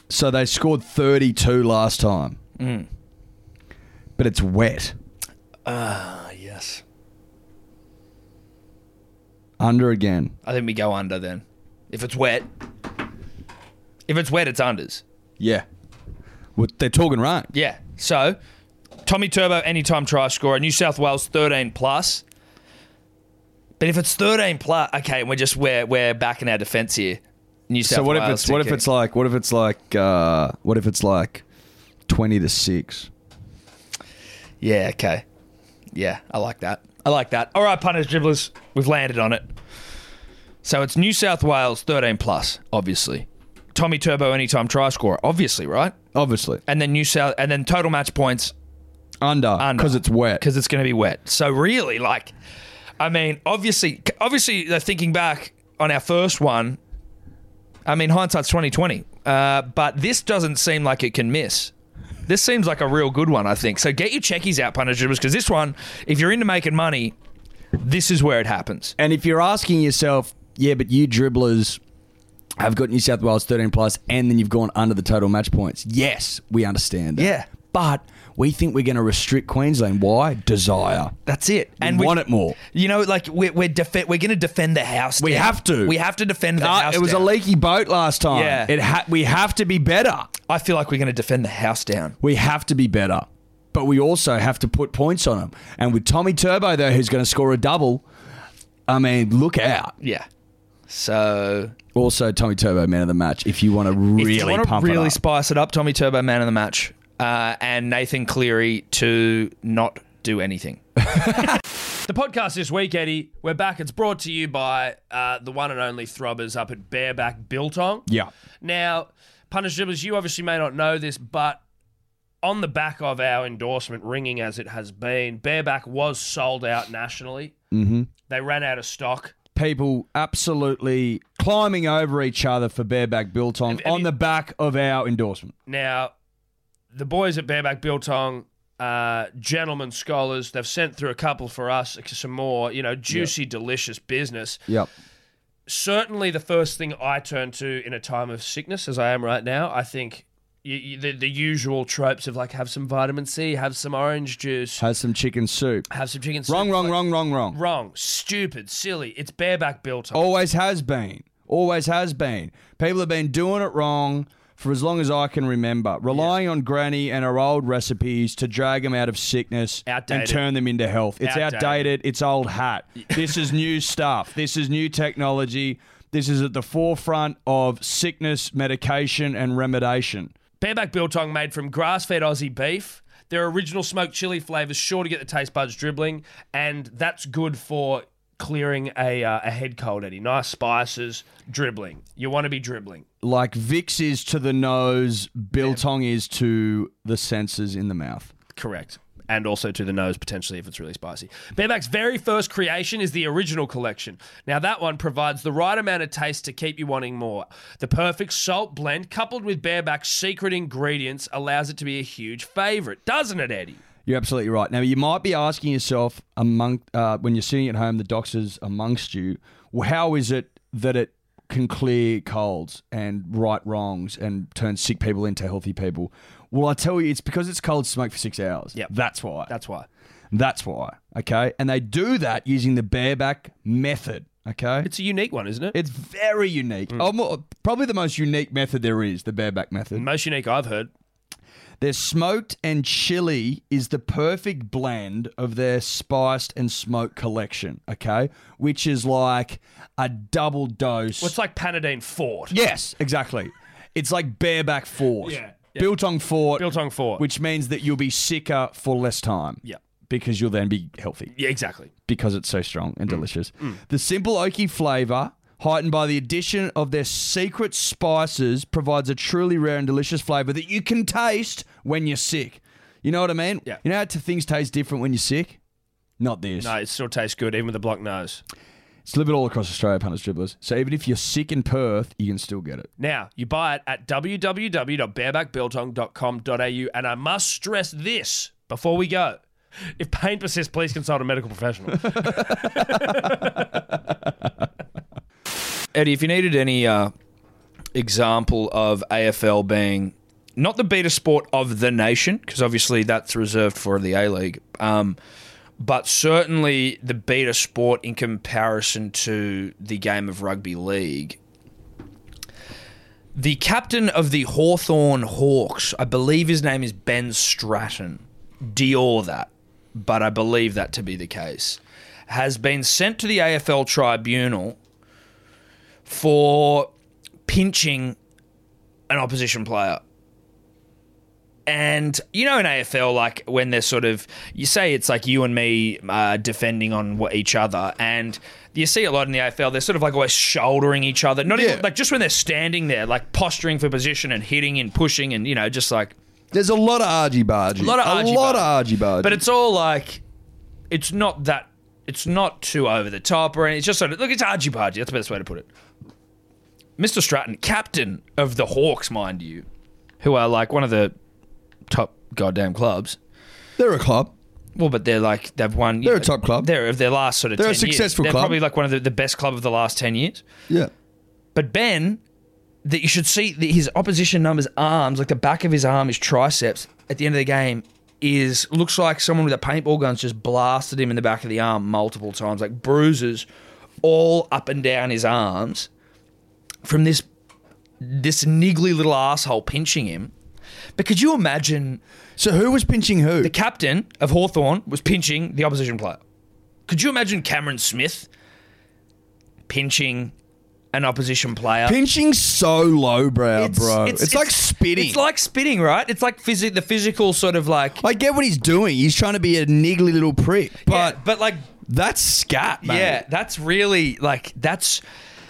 So they scored 32 last time,
Mm.
but it's wet.
Ah, yes.
Under again.
I think we go under then. If it's wet. If it's wet, it's unders.
Yeah. Well, they're talking right.
Yeah. So, Tommy Turbo, anytime try scorer, New South Wales 13 plus. But if it's 13 plus, okay, we're just we're we're back in our defence here. New South
so what
Wales
if it's what if
ticket.
it's like what if it's like uh, what if it's like 20 to 6?
Yeah, okay. Yeah, I like that. I like that. All right, punters, dribblers, we've landed on it. So it's New South Wales 13 plus, obviously. Tommy Turbo anytime try scorer, obviously, right?
Obviously.
And then New South and then total match points
Under
Under.
because it's wet.
because it's going to be wet. So really, like, I mean, obviously, obviously, uh, thinking back on our first one, I mean, hindsight's twenty twenty. Uh, but this doesn't seem like it can miss. This seems like a real good one, I think. So get your checkies out, punishers, because this one, if you're into making money, this is where it happens.
And if you're asking yourself, yeah, but you dribblers have got New South Wales 13 plus and then you've gone under the total match points. Yes, we understand that.
Yeah.
But we think we're going to restrict Queensland. Why? Desire.
That's it.
We
we-
want it more.
You know, like we're we're, defe- we're going to defend the house.
We
down.
have to.
We have to defend the
Ah,
house.
it was
down.
a leaky boat last time.
Yeah.
It ha- we have to be better.
I feel like we're going to defend the house down.
We have to be better. But we also have to put points on them. And with Tommy Turbo there who's going to score a double, I mean, look out.
Yeah. So
Also Tommy Turbo man of the match if you want to
If
really
you wanna
pump
really
it up.
spice it up, Tommy Turbo man of the match, uh, and Nathan Cleary to not do anything. the podcast this week, Eddie,
We're back. It's brought to you by uh, the one and only Throbbers up at Bareback Biltong.
yeah.
Now, Punish Dribblers, you obviously may not know this, but on the back of our endorsement ringing as it has been, Bareback was sold out nationally. Mm-hmm. They ran out of stock.
people absolutely climbing over each other for bareback biltong
have
on
you-
the back of our endorsement.
Now, the boys at Bareback Biltong, uh, gentlemen scholars, they've sent through a couple for us, some more, you know, juicy, delicious business.
Yep.
certainly the first thing I turn to in a time of sickness, as I am right now, I think you, you, the, the usual tropes of like have some vitamin C, have some orange juice,
Has some chicken soup.
have some chicken.
Wrong,
soup.
wrong, wrong, wrong, wrong.
wrong, stupid, silly. It's bareback built up.
Always has been. Always has been. People have been doing it wrong for as long as I can remember, relying on granny and her old recipes to drag them out of sickness and
Outdated.
turn them into health. It's outdated.
Outdated.
It's old hat. this is new stuff. This is new technology. This is at the forefront of sickness, medication, and remediation.
Bareback Biltong made from grass-fed Aussie beef. Their original smoked chili flavor is sure to get the taste buds dribbling, and that's good for clearing a, uh, a head cold, Eddie. Nice spices, dribbling. You want to be dribbling.
like Vicks is to the nose, Biltong is to the senses in the mouth.
Correct. And also to the nose, potentially, if it's really spicy. Bareback's very first creation is the original collection. Now, that one provides the right amount of taste to keep you wanting more. The perfect salt blend, coupled with Bareback's secret ingredients, allows it to be a huge favorite, doesn't it, Eddie?
You're absolutely right. Now you might be asking yourself, among uh, when you're sitting at home, the doctors amongst you, well, how is it that it can clear colds and right wrongs and turn sick people into healthy people? Well, I tell you, it's because it's cold smoked for six hours.
Yep.
that's why.
That's why.
That's why. Okay, and they do that using the bareback method. Okay,
It's a unique one, isn't it?
it's very unique.
Mm.
Oh, mo- probably the most unique method there is, the bareback method.
Most unique I've heard.
Their smoked and chili is the perfect blend of their spiced and smoked collection, okay? Which is like a double dose.
Well, it's like Panadine Fort.
yes, exactly. It's like bareback fort.
Yeah, yeah.
Biltong fort.
Biltong Fort.
Which means that you'll be sicker for less time.
Yeah.
Because you'll then be healthy
yeah, exactly.
because it's so strong
Mm.
and delicious. The simple oaky flavor, heightened by the addition of their secret spices, provides a truly rare and delicious flavor that you can taste when you're sick. You know what I mean?
Yeah.
You know how t- things taste different when you're sick? Not this.
No, it still tastes good, even with a blocked nose.
It's delivered all across Australia, punters, dribblers. So even if you're sick in Perth, you can still get it.
Now, you buy it at www.barebackbiltong.com.au. And I must stress this before we go. If pain persists, please consult a medical professional.
Eddie. If you needed any uh, example of AFL being not the beta sport of the nation, because obviously that's reserved for the A League, um, but certainly the beta sport in comparison to the game of rugby league. The captain of the Hawthorn Hawks, I believe his name is Ben Stratton. Dior that, but I believe that to be the case, has been sent to the AFL tribunal for pinching an opposition player. And you know, in AFL, like when they're sort of, you say it's like you and me uh, defending on wha- each other, and you see a lot in the AFL. They're sort of like always shouldering each other, not
Yeah.
even like just when they're standing there, like posturing for position and hitting and pushing, and you know, just like
There's a lot of argy bargy.
a lot of
A
argy
lot of argy bargy.
But it's all like, it's not that, it's not too over the top or anything. It's just sort of, look, it's argy bargy. That's the best way to put it. Mr. Stratton, captain of the Hawks, mind you, who are like one of the top goddamn clubs.
they're a club.
Well, but they're like they've won.
They're a top club.
They're of their last sort of.
They're a
10 years.
successful
They're
club.
probably like one of the, the best club of the last ten years.
Yeah.
But Ben, that you should see that his opposition number's arms, like the back of his arm, his triceps, at the end of the game, is looks like someone with a paintball gun's just blasted him in the back of the arm multiple times, like bruises all up and down his arms from this this niggly little asshole pinching him. But could you imagine
So who was pinching who?
the captain of Hawthorn was pinching the opposition player. Could you imagine Cameron Smith pinching an opposition player?
pinching so lowbrow, bro. It's, like spitting.
It's like spitting, right? It's like physi- the physical sort of like.
I get what he's doing. He's trying to be a niggly little prick, but
yeah, but like,
that's scat, mate.
yeah, that's really like that's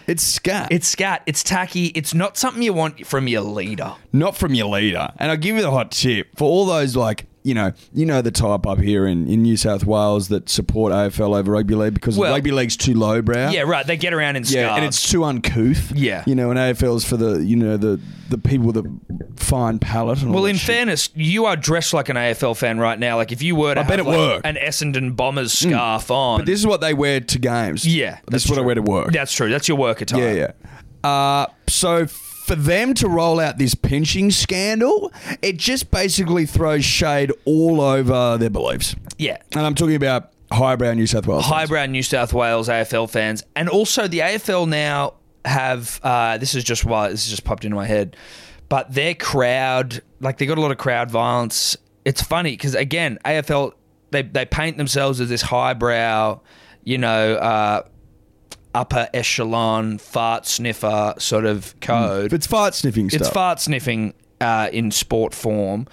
it's scat.
it's scat. It's tacky. It's not something you want from your leader.
not from your leader. And I'll give you the hot tip for all those like you know you know the type up here in, in New South Wales that support AFL over rugby league because
Well-
rugby league's too lowbrow.
Yeah, right. They get around in
Yeah,
scarves.
and it's too uncouth.
Yeah.
you know, and AFL's for the you know the the people with a fine palate. And all
Well,
that
in
shit.
fairness, you are dressed like an AFL fan right now. Like if you were to
I
have
bet it
like,
worked.
an
Hmm.
Essendon Bombers scarf on,
this is what they wear to games.
Yeah,
this
that's
is what I
true.
wear to work.
That's true. That's your work attire.
Yeah, yeah. Uh, so for them to roll out this pinching scandal, it just basically throws shade all over their beliefs.
Yeah.
And I'm talking about highbrow New South Wales. fans.
Highbrow New South Wales AFL fans, and also the AFL now have. Uh, this is just why this has just popped into my head, but their crowd, like they got a lot of crowd violence. It's funny because again, AFL they they paint themselves as this highbrow, you know. Uh, Upper echelon fart sniffer sort of code.
If it's fart sniffing stuff.
It's fart sniffing uh, in sport form.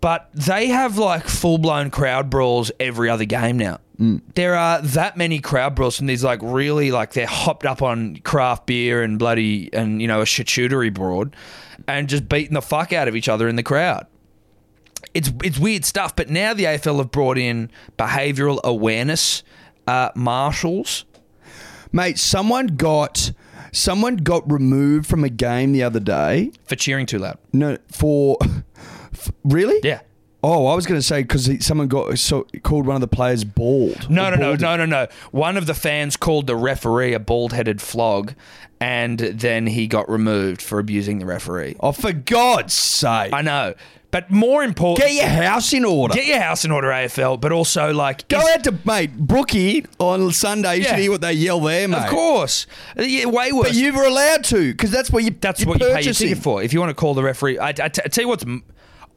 But they have like full blown crowd brawls every other game now. There are that many crowd brawls from these like really like they're hopped up on craft beer and bloody and you know a charcuterie board and just beating the fuck out of each other in the crowd. It's it's weird stuff, but now the AFL have brought in behavioural awareness uh, marshals.
Mate, someone got someone got removed from a game the other day.
For cheering too loud.
No, for f- really?
Yeah.
Oh, I was going to say because someone got so called one of the players bald.
No,
Or
no, no,
balding.
no, no, no. One of the fans called the referee a bald headed flog, and then he got removed for abusing the referee.
Oh, for God's sake!
I know. But more important,
Get your house in order.
get your house in order, AFL, but also, like,
Go
is-
out to mate Brookie on Sunday. You
Yeah.
should hear what they yell there, mate.
of course. Yeah, way worse.
but you were allowed to because that's what you.
That's
you're
what you pay your
purchasing.
ticket for. If you want to call the referee, I, I, t- I tell you what's. m-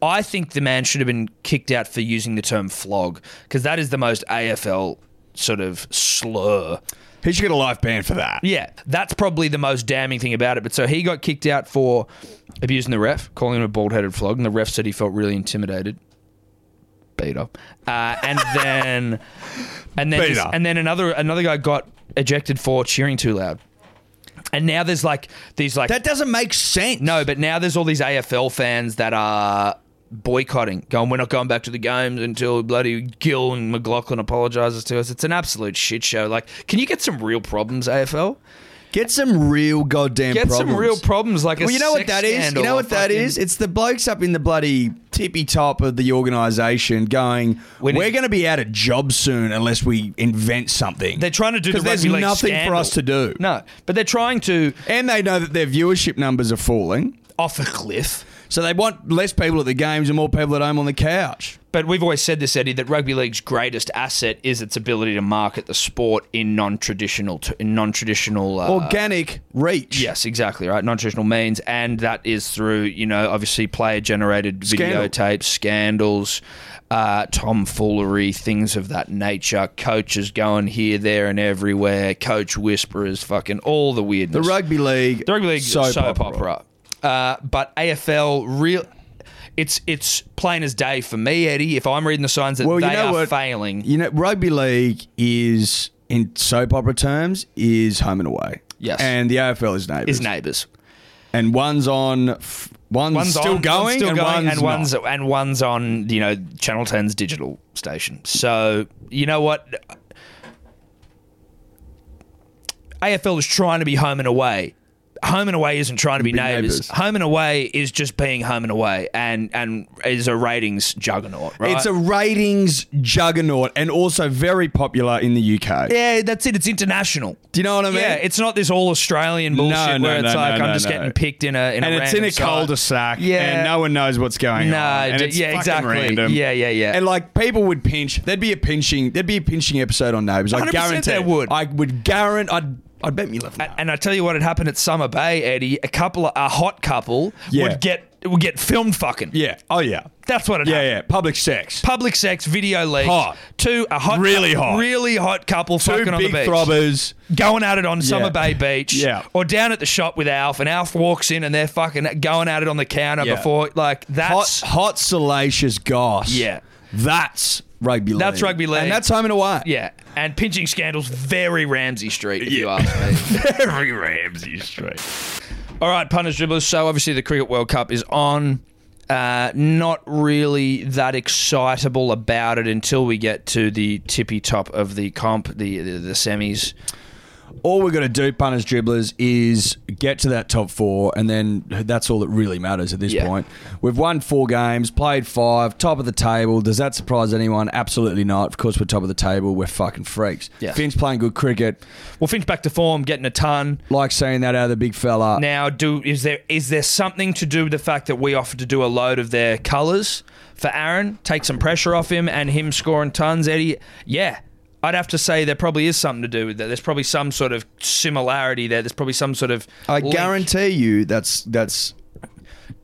I think the man should have been kicked out for using the term flog because that is the most AFL sort of slur.
He should get a life ban for that.
Yeah, that's probably the most damning thing about it. But so he got kicked out for abusing the ref, calling him a bald headed flog, and the ref said he felt really intimidated. Beat up, uh, and then and then
Beat
just-
up.
and then another another guy got ejected for cheering too loud. And now there's like these like
That doesn't make sense.
no, but now there's all these AFL fans that are boycotting, going, we're not going back to the games until bloody Gill and McLaughlin apologises to us. It's an absolute shit show. Like, can you get some real problems, AFL?
Get some real goddamn
Get
problems.
some real problems like a
Well, you know what
sex
that is? You
scandal
know
or
what that
fucking-
is? It's the blokes up in the bloody tippy top of the organisation going,
We need-
we're going to be out of job soon unless we invent something.
They're trying to do the
'Cause there's
rugby league
nothing for us to
scandal.
do.
No, but they're trying to
And they know that their viewership numbers are falling.
off a cliff.
So they want less people at the games and more people at home on the couch.
But we've always said this, Eddie, that rugby league's greatest asset is its ability to market the sport in non-traditional, t- in non-traditional. Uh,
Organic reach.
Yes, exactly right. Non-traditional means, and that is through you know obviously player-generated
Scandal.
videotapes, scandals, uh, tomfoolery, things of that nature. Coaches going here, there, and everywhere. Coach whisperers, fucking all the
The
weirdness.
rugby league.
The rugby league
soap,
soap, opera. Uh, but AFL real. It's it's plain as day for me, Eddie. If I'm reading the signs that
Well,
they
you know
are
what?
failing,
You know, rugby league is, in soap opera terms, is home and away.
Yes.
And the AFL is neighbours.
is neighbours.
and one's on, f- one's, still
on,
going,
one's still
and
going,
one's
and
not.
one's and one's on you know Channel 10's digital station. So you know what, AFL is trying to be home and away. Home and away isn't trying to be,
Be
neighbours.
neighbours.
Home and away is just being home and away, and and is a ratings juggernaut. Right?
It's a ratings juggernaut, and also very popular in the UK.
yeah, that's it. It's international.
Do you know what I mean?
Yeah, it's not this all Australian bullshit
no,
where it's
no,
like
no,
I'm
no,
just
no.
getting picked in a in
and
a
it's in a
random site.
cul-de-sac,
Yeah.
and no one knows what's going
No,
on. And
d-
it's
yeah,
fucking
exactly.
Random.
Yeah, yeah, yeah.
And like people would pinch. There'd be a pinching. There'd be a pinching episode on Neighbours. I
100%
guarantee.
there would.
I would guarantee. I'd. I'd bet me left.
A- And I tell you what had happened at Summer Bay, Eddie. A couple, of, a hot couple,
Yeah.
would get would get filmed fucking.
yeah. Oh yeah.
That's what it
Yeah,
happened.
yeah. Public sex.
Public sex video leak.
Hot.
Two a hot,
Really hot.
really hot couple
Two
fucking on the
big
beach,
throbbers.
going at it on Summer Bay
Yeah.
Beach.
Yeah.
Or down at the shop with Alf, and Alf walks in and they're fucking going at it on the counter
Yeah.
before like
Hot,
that's
hot, salacious goss.
Yeah.
That's rugby league.
That's rugby league.
And that's home and away.
yeah. And pinching scandals very Ramsey Street, if you ask me.
Very Ramsey Street.
All right, punters, dribblers. So obviously the Cricket World Cup is on. Uh, not really that excitable about it until we get to the tippy top of the comp, the the, the semis.
all we're going to do, punters, dribblers, is get to that top four, and then that's all that really matters at this
Yeah.
point. We've won four games, played five, top of the table. Does that surprise anyone? Absolutely not. Of course, we're top of the table. We're fucking freaks.
Yeah.
Finn's playing good cricket.
Well, Finch back to form, getting a ton.
Like seeing that out of the big fella.
Now, do is there is there something to do with the fact that we offered to do a load of their colours for Aaron, take some pressure off him, and him scoring tons, Eddie? Yeah, I'd have to say there probably is something to do with that. There's probably some sort of similarity there. There's probably some sort of
I
link.
guarantee you that's that's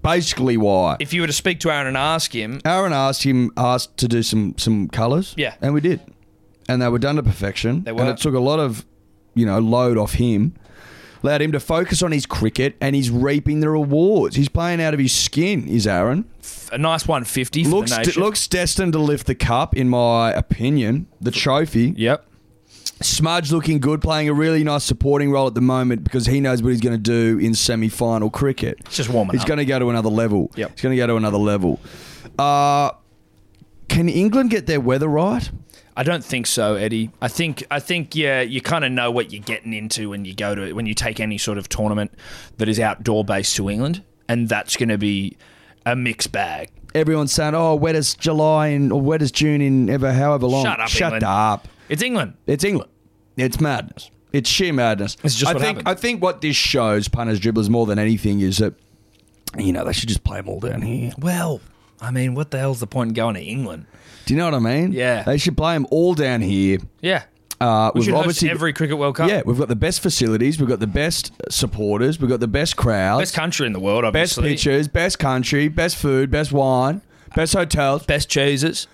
basically why.
If you were to speak to Aaron and ask him,
Aaron asked him asked to do some some colours.
Yeah.
and we did, and they were done to perfection.
They
and
were.
it took a lot of you know load off him, allowed him to focus on his cricket, and he's reaping the rewards. He's playing out of his skin. Is Aaron
a nice 150 for
looks
the nation.
looks destined to lift the cup in my opinion, the trophy.
Yep.
Smudge looking good, playing a really nice supporting role at the moment because he knows what he's going to do in semi-final cricket.
It's just warming
He's
up.
going to go to another level.
Yep.
He's going to go to another level. Uh, can England get their weather right?
I don't think so, Eddie. I think I think yeah, you kind of know what you're getting into when you go to when you take any sort of tournament that is outdoor based to England, and that's going to be a mixed bag.
Everyone's saying, "Oh, wet as July and or wet as June in ever however long."
Shut up,
Shut
England.
up.
It's England.
It's England. It's madness. It's sheer madness.
It's just
I
what
think
happened.
I think what this shows punters dribblers more than anything is that you know they should just play them all down here.
Well, I mean, what the hell's the point in going to England?
Do you know what I mean?
Yeah.
They should play them all down here.
Yeah,
Uh,
we
we've
should host
obviously
every cricket World Cup.
Yeah, we've got the best facilities, we've got the best supporters, we've got the best crowds,
best country in the world,
best
obviously.
pictures, best country, best food, best wine, best hotels,
best cheeses,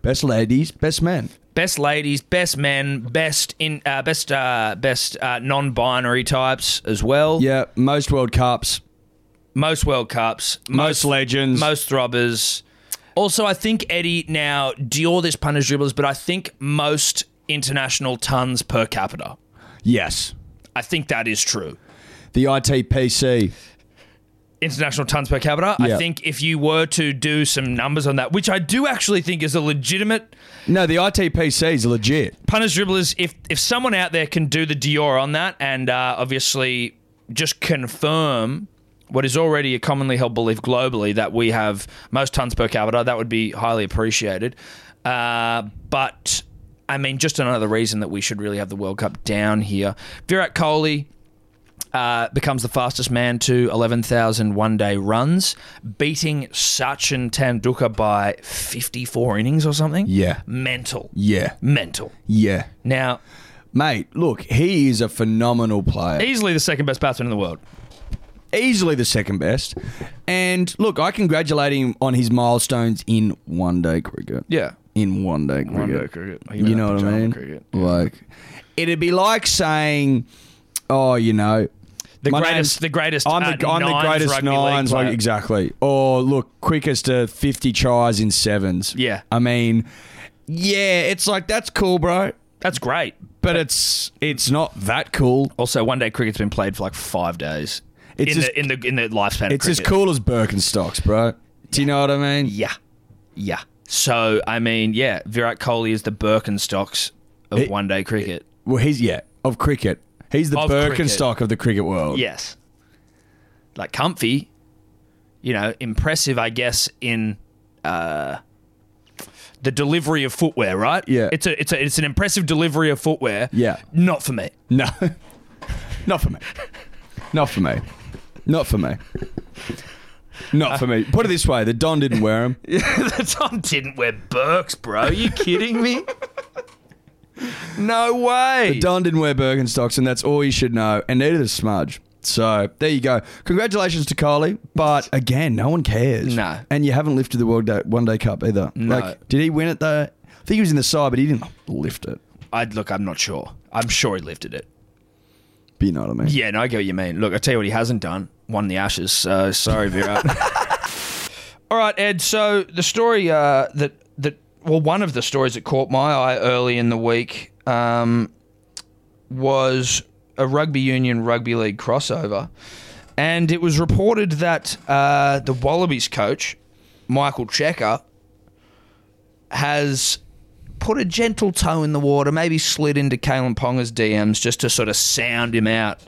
best ladies, best men.
best ladies, best men, best in uh, best uh, best uh, non-binary types as well.
Yeah, most World Cups,
most World Cups,
most, legends.
most throbbers. Also, I think Eddie now Dior this punters dribblers, but I think most international tons per capita.
yes,
I think that is true.
the ITPC.
international tons per capita. I
Yeah.
think if you were to do some numbers on that, which I do actually think is a legitimate
No, the ITPC is legit.
punters dribblers. If if someone out there can do the Dior on that, and uh, obviously just confirm what is already a commonly held belief globally that we have most tons per capita, that would be highly appreciated. Uh, but I mean, just another reason that we should really have the World Cup down here. Virat Kohli uh, becomes the fastest man to 11,000 one day runs, beating Sachin Tendulkar by 54 innings or something.
Yeah.
Mental.
Yeah,
Mental.
yeah,
Now,
mate. Look, he is a phenomenal player.
easily the second best batsman in the world.
easily the second best. And look, I congratulate him on his milestones in one day cricket.
Yeah.
In one day cricket.
day cricket. He
You
went
know
up
what I
pajama
mean?
cricket.
Like, it'd be like saying, oh, you know,
The
my
greatest-
name's-
the greatest,
I'm the,
uh,
I'm the
nines
greatest
rugby league
nines, like
player.
exactly. Or look, quickest to 50 tries in sevens.
Yeah.
I mean, yeah, it's like that's cool, bro,
That's great.
but it's it's not that cool.
Also, one day cricket's been played for like five days.
It's
in,
as-
the, in the in the lifespan.
It's
of
as
cricket.
cool as Birkenstocks, bro. Do you know what I mean?
Yeah, yeah. So I mean, yeah, Virat Kohli is the Birkenstocks of
It-
one day cricket.
Well, he's yeah of cricket. He's the
Of
Birkenstock of the cricket world.
yes, like comfy. You know, impressive, I guess, in uh, the delivery of footwear. Right?
Yeah.
It's a it's a it's an impressive delivery of footwear.
Yeah.
Not for me.
No, not for me. Not for me. Not for me. Not for me. Put it this way: the Don didn't wear him.
the Tom didn't wear Burks, bro. Are you kidding me? No way.
The Don didn't wear Birkenstocks, and that's all you should know. And neither does Smudge. So there you go. Congratulations to Coley, but again, no one cares.
No.
and you haven't lifted the World Day, One Day Cup either.
No.
Like, did he win it though? I think he was in the side, but he didn't lift it.
I look, I'm not sure. I'm sure he lifted it.
But you know what I mean?
Yeah, no, I get what you mean. Look, I tell you what he hasn't done. Won the Ashes. So sorry, Virat. All right, Ed. So the story uh, that that well, one of the stories that caught my eye early in the week um, was a rugby union rugby league crossover, and it was reported that uh, the Wallabies coach Michael Checker has put a gentle toe in the water, maybe slid into Kalen Ponga's DMs just to sort of sound him out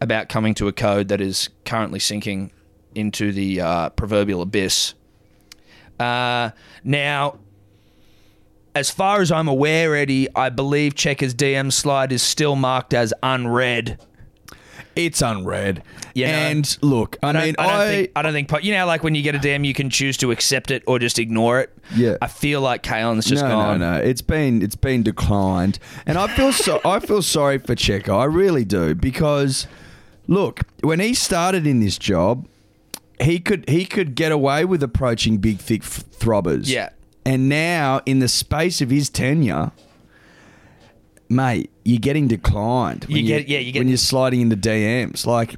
about coming to a code that is currently sinking into the uh, proverbial abyss. Uh, now, as far as I'm aware, Eddie, I believe Checker's DM slide is still marked as unread.
It's unread.
You know.
and look, I,
I
mean,
don't, I don't think I don't think po- you know like when you get a DM you can choose to accept it or just ignore it.
Yeah.
I feel like Kalen's just
no,
gone.
No, no, It's been it's been declined, and I feel so I feel sorry for Checo. I really do because look, when he started in this job, he could he could get away with approaching big thick f- throbbers.
Yeah.
and now in the space of his tenure. Mate, you're getting declined. when
You get- yeah, you get-
when you're sliding into DMs. Like,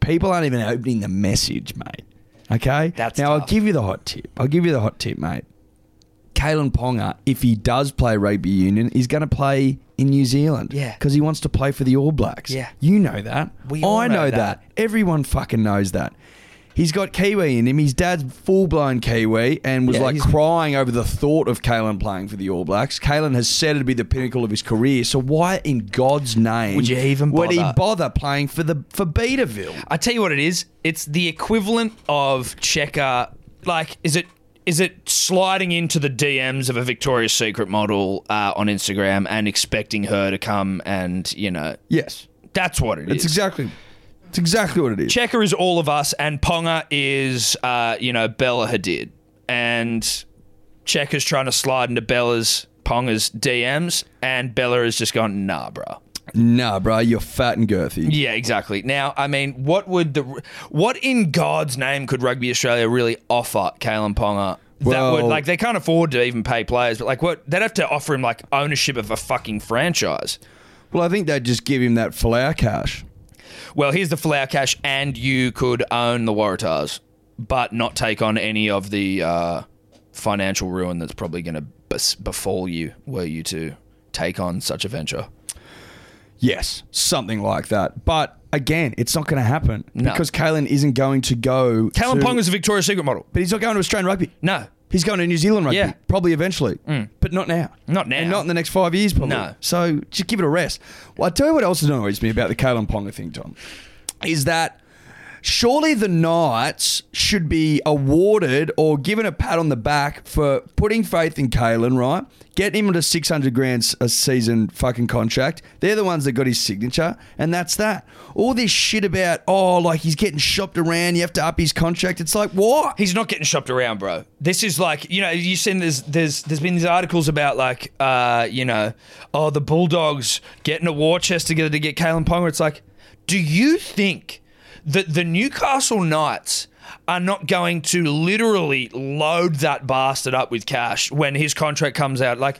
people aren't even opening the message, mate. Okay,
That's
now I'll
tough.
give you the hot tip. I'll give you the hot tip, mate. Kalen Ponga, if he does play rugby union, is going to play in New Zealand.
Yeah.
Because he wants to play for the All Blacks.
Yeah.
You know that.
We
I
all know
know
that.
that. Everyone fucking knows that. He's got Kiwi in him. His dad's full blown Kiwi and was
Yeah,
like
he's-
crying over the thought of Kalen playing for the All Blacks. Kalen has said it'd be the pinnacle of his career. So why in God's name
Would you even
would he
bother?
bother playing for the for Beataville?
I tell you what it is. It's the equivalent of checker. Like, is it is it sliding into the DMs of a Victoria's Secret model uh, on Instagram and expecting her to come and you know
Yes.
that's what it
It's
is.
exactly it's exactly what it is.
checker is all of us, and Ponga is uh, you know Bella Hadid, and checker's trying to slide into Bella's Ponga's DMs, and Bella has just gone nah, bruh.
Nah, bro, you're fat and girthy.
Yeah, exactly. Now, I mean, what would the what in God's name could Rugby Australia really offer Kalen Ponga? that would
Well-
like they can't afford to even pay players, but like what they'd have to offer him like ownership of a fucking franchise.
Well, I think they'd just give him that flower cash.
Well, here's the flower cash, and you could own the Waratahs, but not take on any of the uh, financial ruin that's probably going to bes- befall you were you to take on such a venture.
Yes, something like that. But again, it's not going to happen
No.
because Kalen isn't going to go.
Kalen
to-
Pong is a Victoria's Secret model.
but he's not going to Australian rugby.
No,
He's going to New Zealand rugby,
Yeah. Mm.
probably eventually, but not now.
Not now.
and not in the next five years, probably.
No.
So just give it a rest. Well, I tell you what else annoys me about the Kalen Ponga thing, Tom, is that surely the Knights should be awarded or given a pat on the back for putting faith in Kalen, right? Getting him to six hundred grand s- a season fucking contract. They're the ones that got his signature, and that's that. All this shit about oh, like he's getting shopped around. You have to up his contract. It's like what?
he's not getting shopped around, bro. This is like you know you've seen there's there's there's been these articles about like uh you know oh the Bulldogs getting a war chest together to get Kalen Ponga. It's like, do you think that the Newcastle Knights are not going to literally load that bastard up with cash when his contract comes out? Like,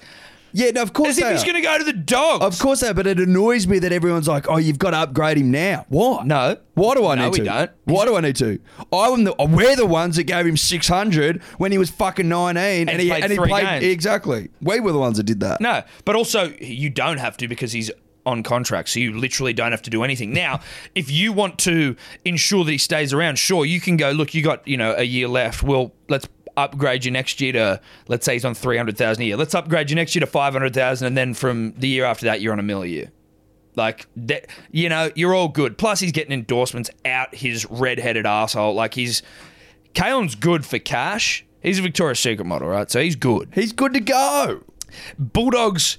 Yeah, no, of course
as if
they
he's
are.
going to go to the dogs.
Of course, that, but it annoys me that everyone's like, "Oh, you've got to upgrade him now." Why?
No.
Why do I
No,
need
we
to?
don't.
Why do I need to? I'm the, we're the ones that gave him 600 when he was fucking 19, and,
he
he
played
and he
three
played
games.
exactly. We were the ones that did that.
No, but also you don't have to because he's on contract, so you literally don't have to do anything. Now, if you want to ensure that he stays around, sure, you can go. Look, you got you know a year left. Well, let's upgrade you next year to let's say he's on three hundred thousand a year. Let's upgrade you next year to five hundred thousand, and then from the year after that, you're on a mill a year. Like that, you know, you're all good. Plus, he's getting endorsements out his red-headed asshole. Like he's Kalen's good for cash. He's a Victoria's Secret model, right? So he's good.
He's good to go.
Bulldogs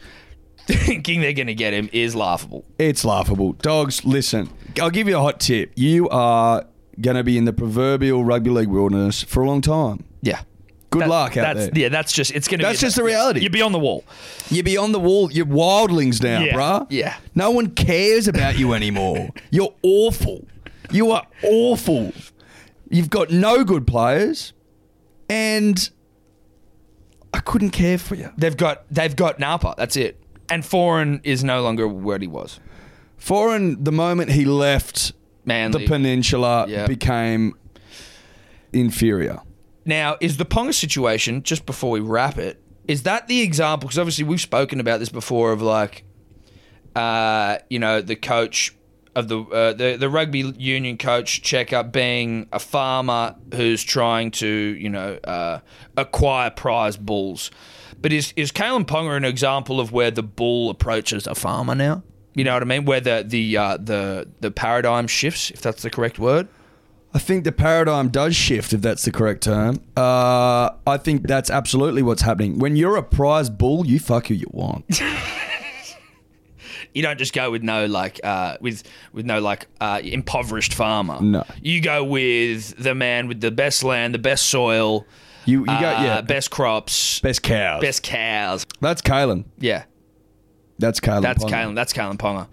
thinking they're going to get him is laughable.
It's laughable. Dogs, listen. I'll give you a hot tip. You are going to be in the proverbial rugby league wilderness for a long time.
Yeah.
Good luck out
that's,
there.
Yeah, that's just it's going to.
That's just the reality.
You're beyond the wall.
You're beyond the wall. You're wildlings now,
Yeah,
bruh.
yeah.
No one cares about you anymore. You're awful. You are awful. You've got no good players, and I couldn't care for you.
They've got they've got Napa. That's it. And foreign is no longer where he was.
Foreign, the moment he left
Manly.
the peninsula,
Yeah.
became inferior.
Now, is the Ponga situation, just before we wrap it, is that the example? Because obviously we've spoken about this before of like, uh, you know, the coach of the, uh, the the rugby union coach checkup being a farmer who's trying to, you know, uh, acquire prize bulls. But is, is Kalen Ponga an example of where the bull approaches a farmer now? You know what I mean? Where the the uh, the the paradigm shifts, if that's the correct word.
I think the paradigm does shift, if that's the correct term. Uh, I think that's absolutely what's happening. When you're a prize bull, you fuck who you want.
You don't just go with no like uh, with with no like uh, impoverished farmer.
No.
you go with the man with the best land, the best soil.
You, you got
uh,
yeah,
best crops, best,
best cows,
cows.
That's Kalen.
Yeah,
That's Kalen.
that's
Ponga.
Kalen. That's Kalen Ponga.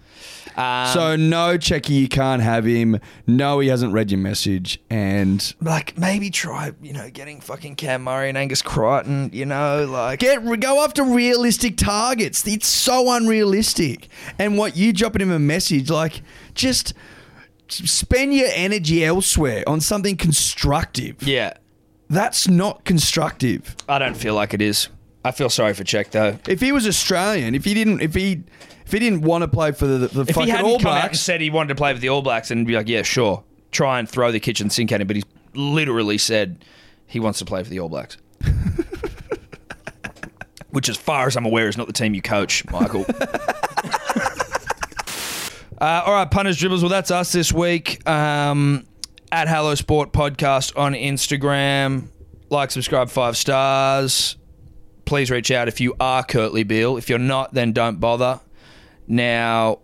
Um,
So no, Checky, you can't have him. No, he hasn't read your message, and
like maybe try you know getting fucking Cam Murray and Angus Crichton. You know like
get go after realistic targets. It's so unrealistic. And what you dropping him a message like just spend your energy elsewhere on something constructive.
yeah,
That's not constructive.
I don't feel like it is. I feel sorry for Czech though.
If he was Australian, if he didn't, if he if he didn't want to play for the, the
If he
fucking
hadn't
All
come out and
Blacks,
said he wanted to play with the All Blacks, and be like, yeah, sure, try and throw the kitchen sink at him, but he's literally said he wants to play for the All Blacks, which, as far as I'm aware, is not the team you coach, Michael. Uh, all right, punters, dribbles. Well, that's us this week. Um, at Hello Sport Podcast on Instagram. Like, subscribe, five stars. Please reach out if you are Curtly Beale. If you're not, then don't bother. Now,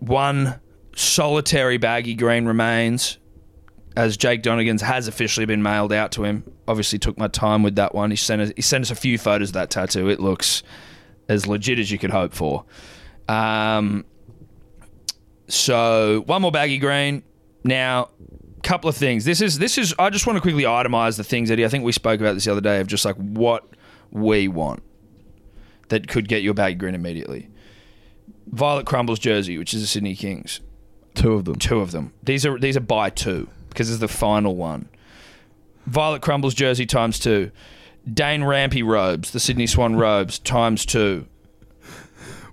one solitary baggy green remains as Jake Donegan's has officially been mailed out to him. Obviously, took my time with that one. He sent us, he sent us a few photos of that tattoo. It looks as legit as you could hope for. Um, so one more baggy green. Now, couple of things. This is this is. I just want to quickly itemize the things Eddie. I think we spoke about this the other day of just like what we want that could get you a baggy green immediately. Violet Crumbles jersey, which is the Sydney Kings
two of them.
two of them. These are these are by two because this is the final one. Violet Crumbles jersey times two. Dane Rampy robes, the Sydney Swan robes times two.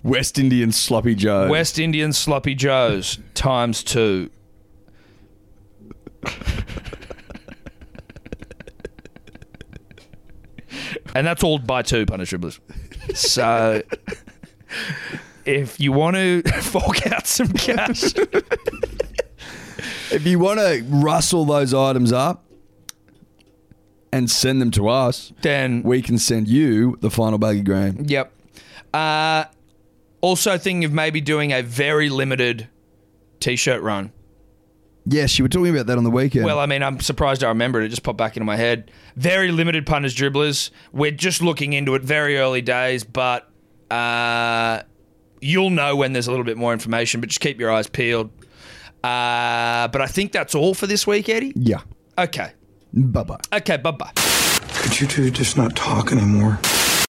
West Indian sloppy Joe.
West Indian sloppy joes times two. And that's all by two punish dribblers. So if you want to fork out some cash,
If you want to rustle those items up and send them to us,
then
we can send you the final baggy grain.
Yep. Uh, also, thinking of maybe doing a very limited t-shirt run.
Yes, you were talking about that on the weekend.
Well, I mean, I'm surprised I remembered it. It just popped back into my head. Very limited punters, dribblers. We're just looking into it. Very early days, but uh, you'll know when there's a little bit more information. But just keep your eyes peeled. Uh, but I think that's all for this week, Eddie.
yeah.
Okay.
Bye bye.
Okay. Bye bye.
Could you two just not talk anymore?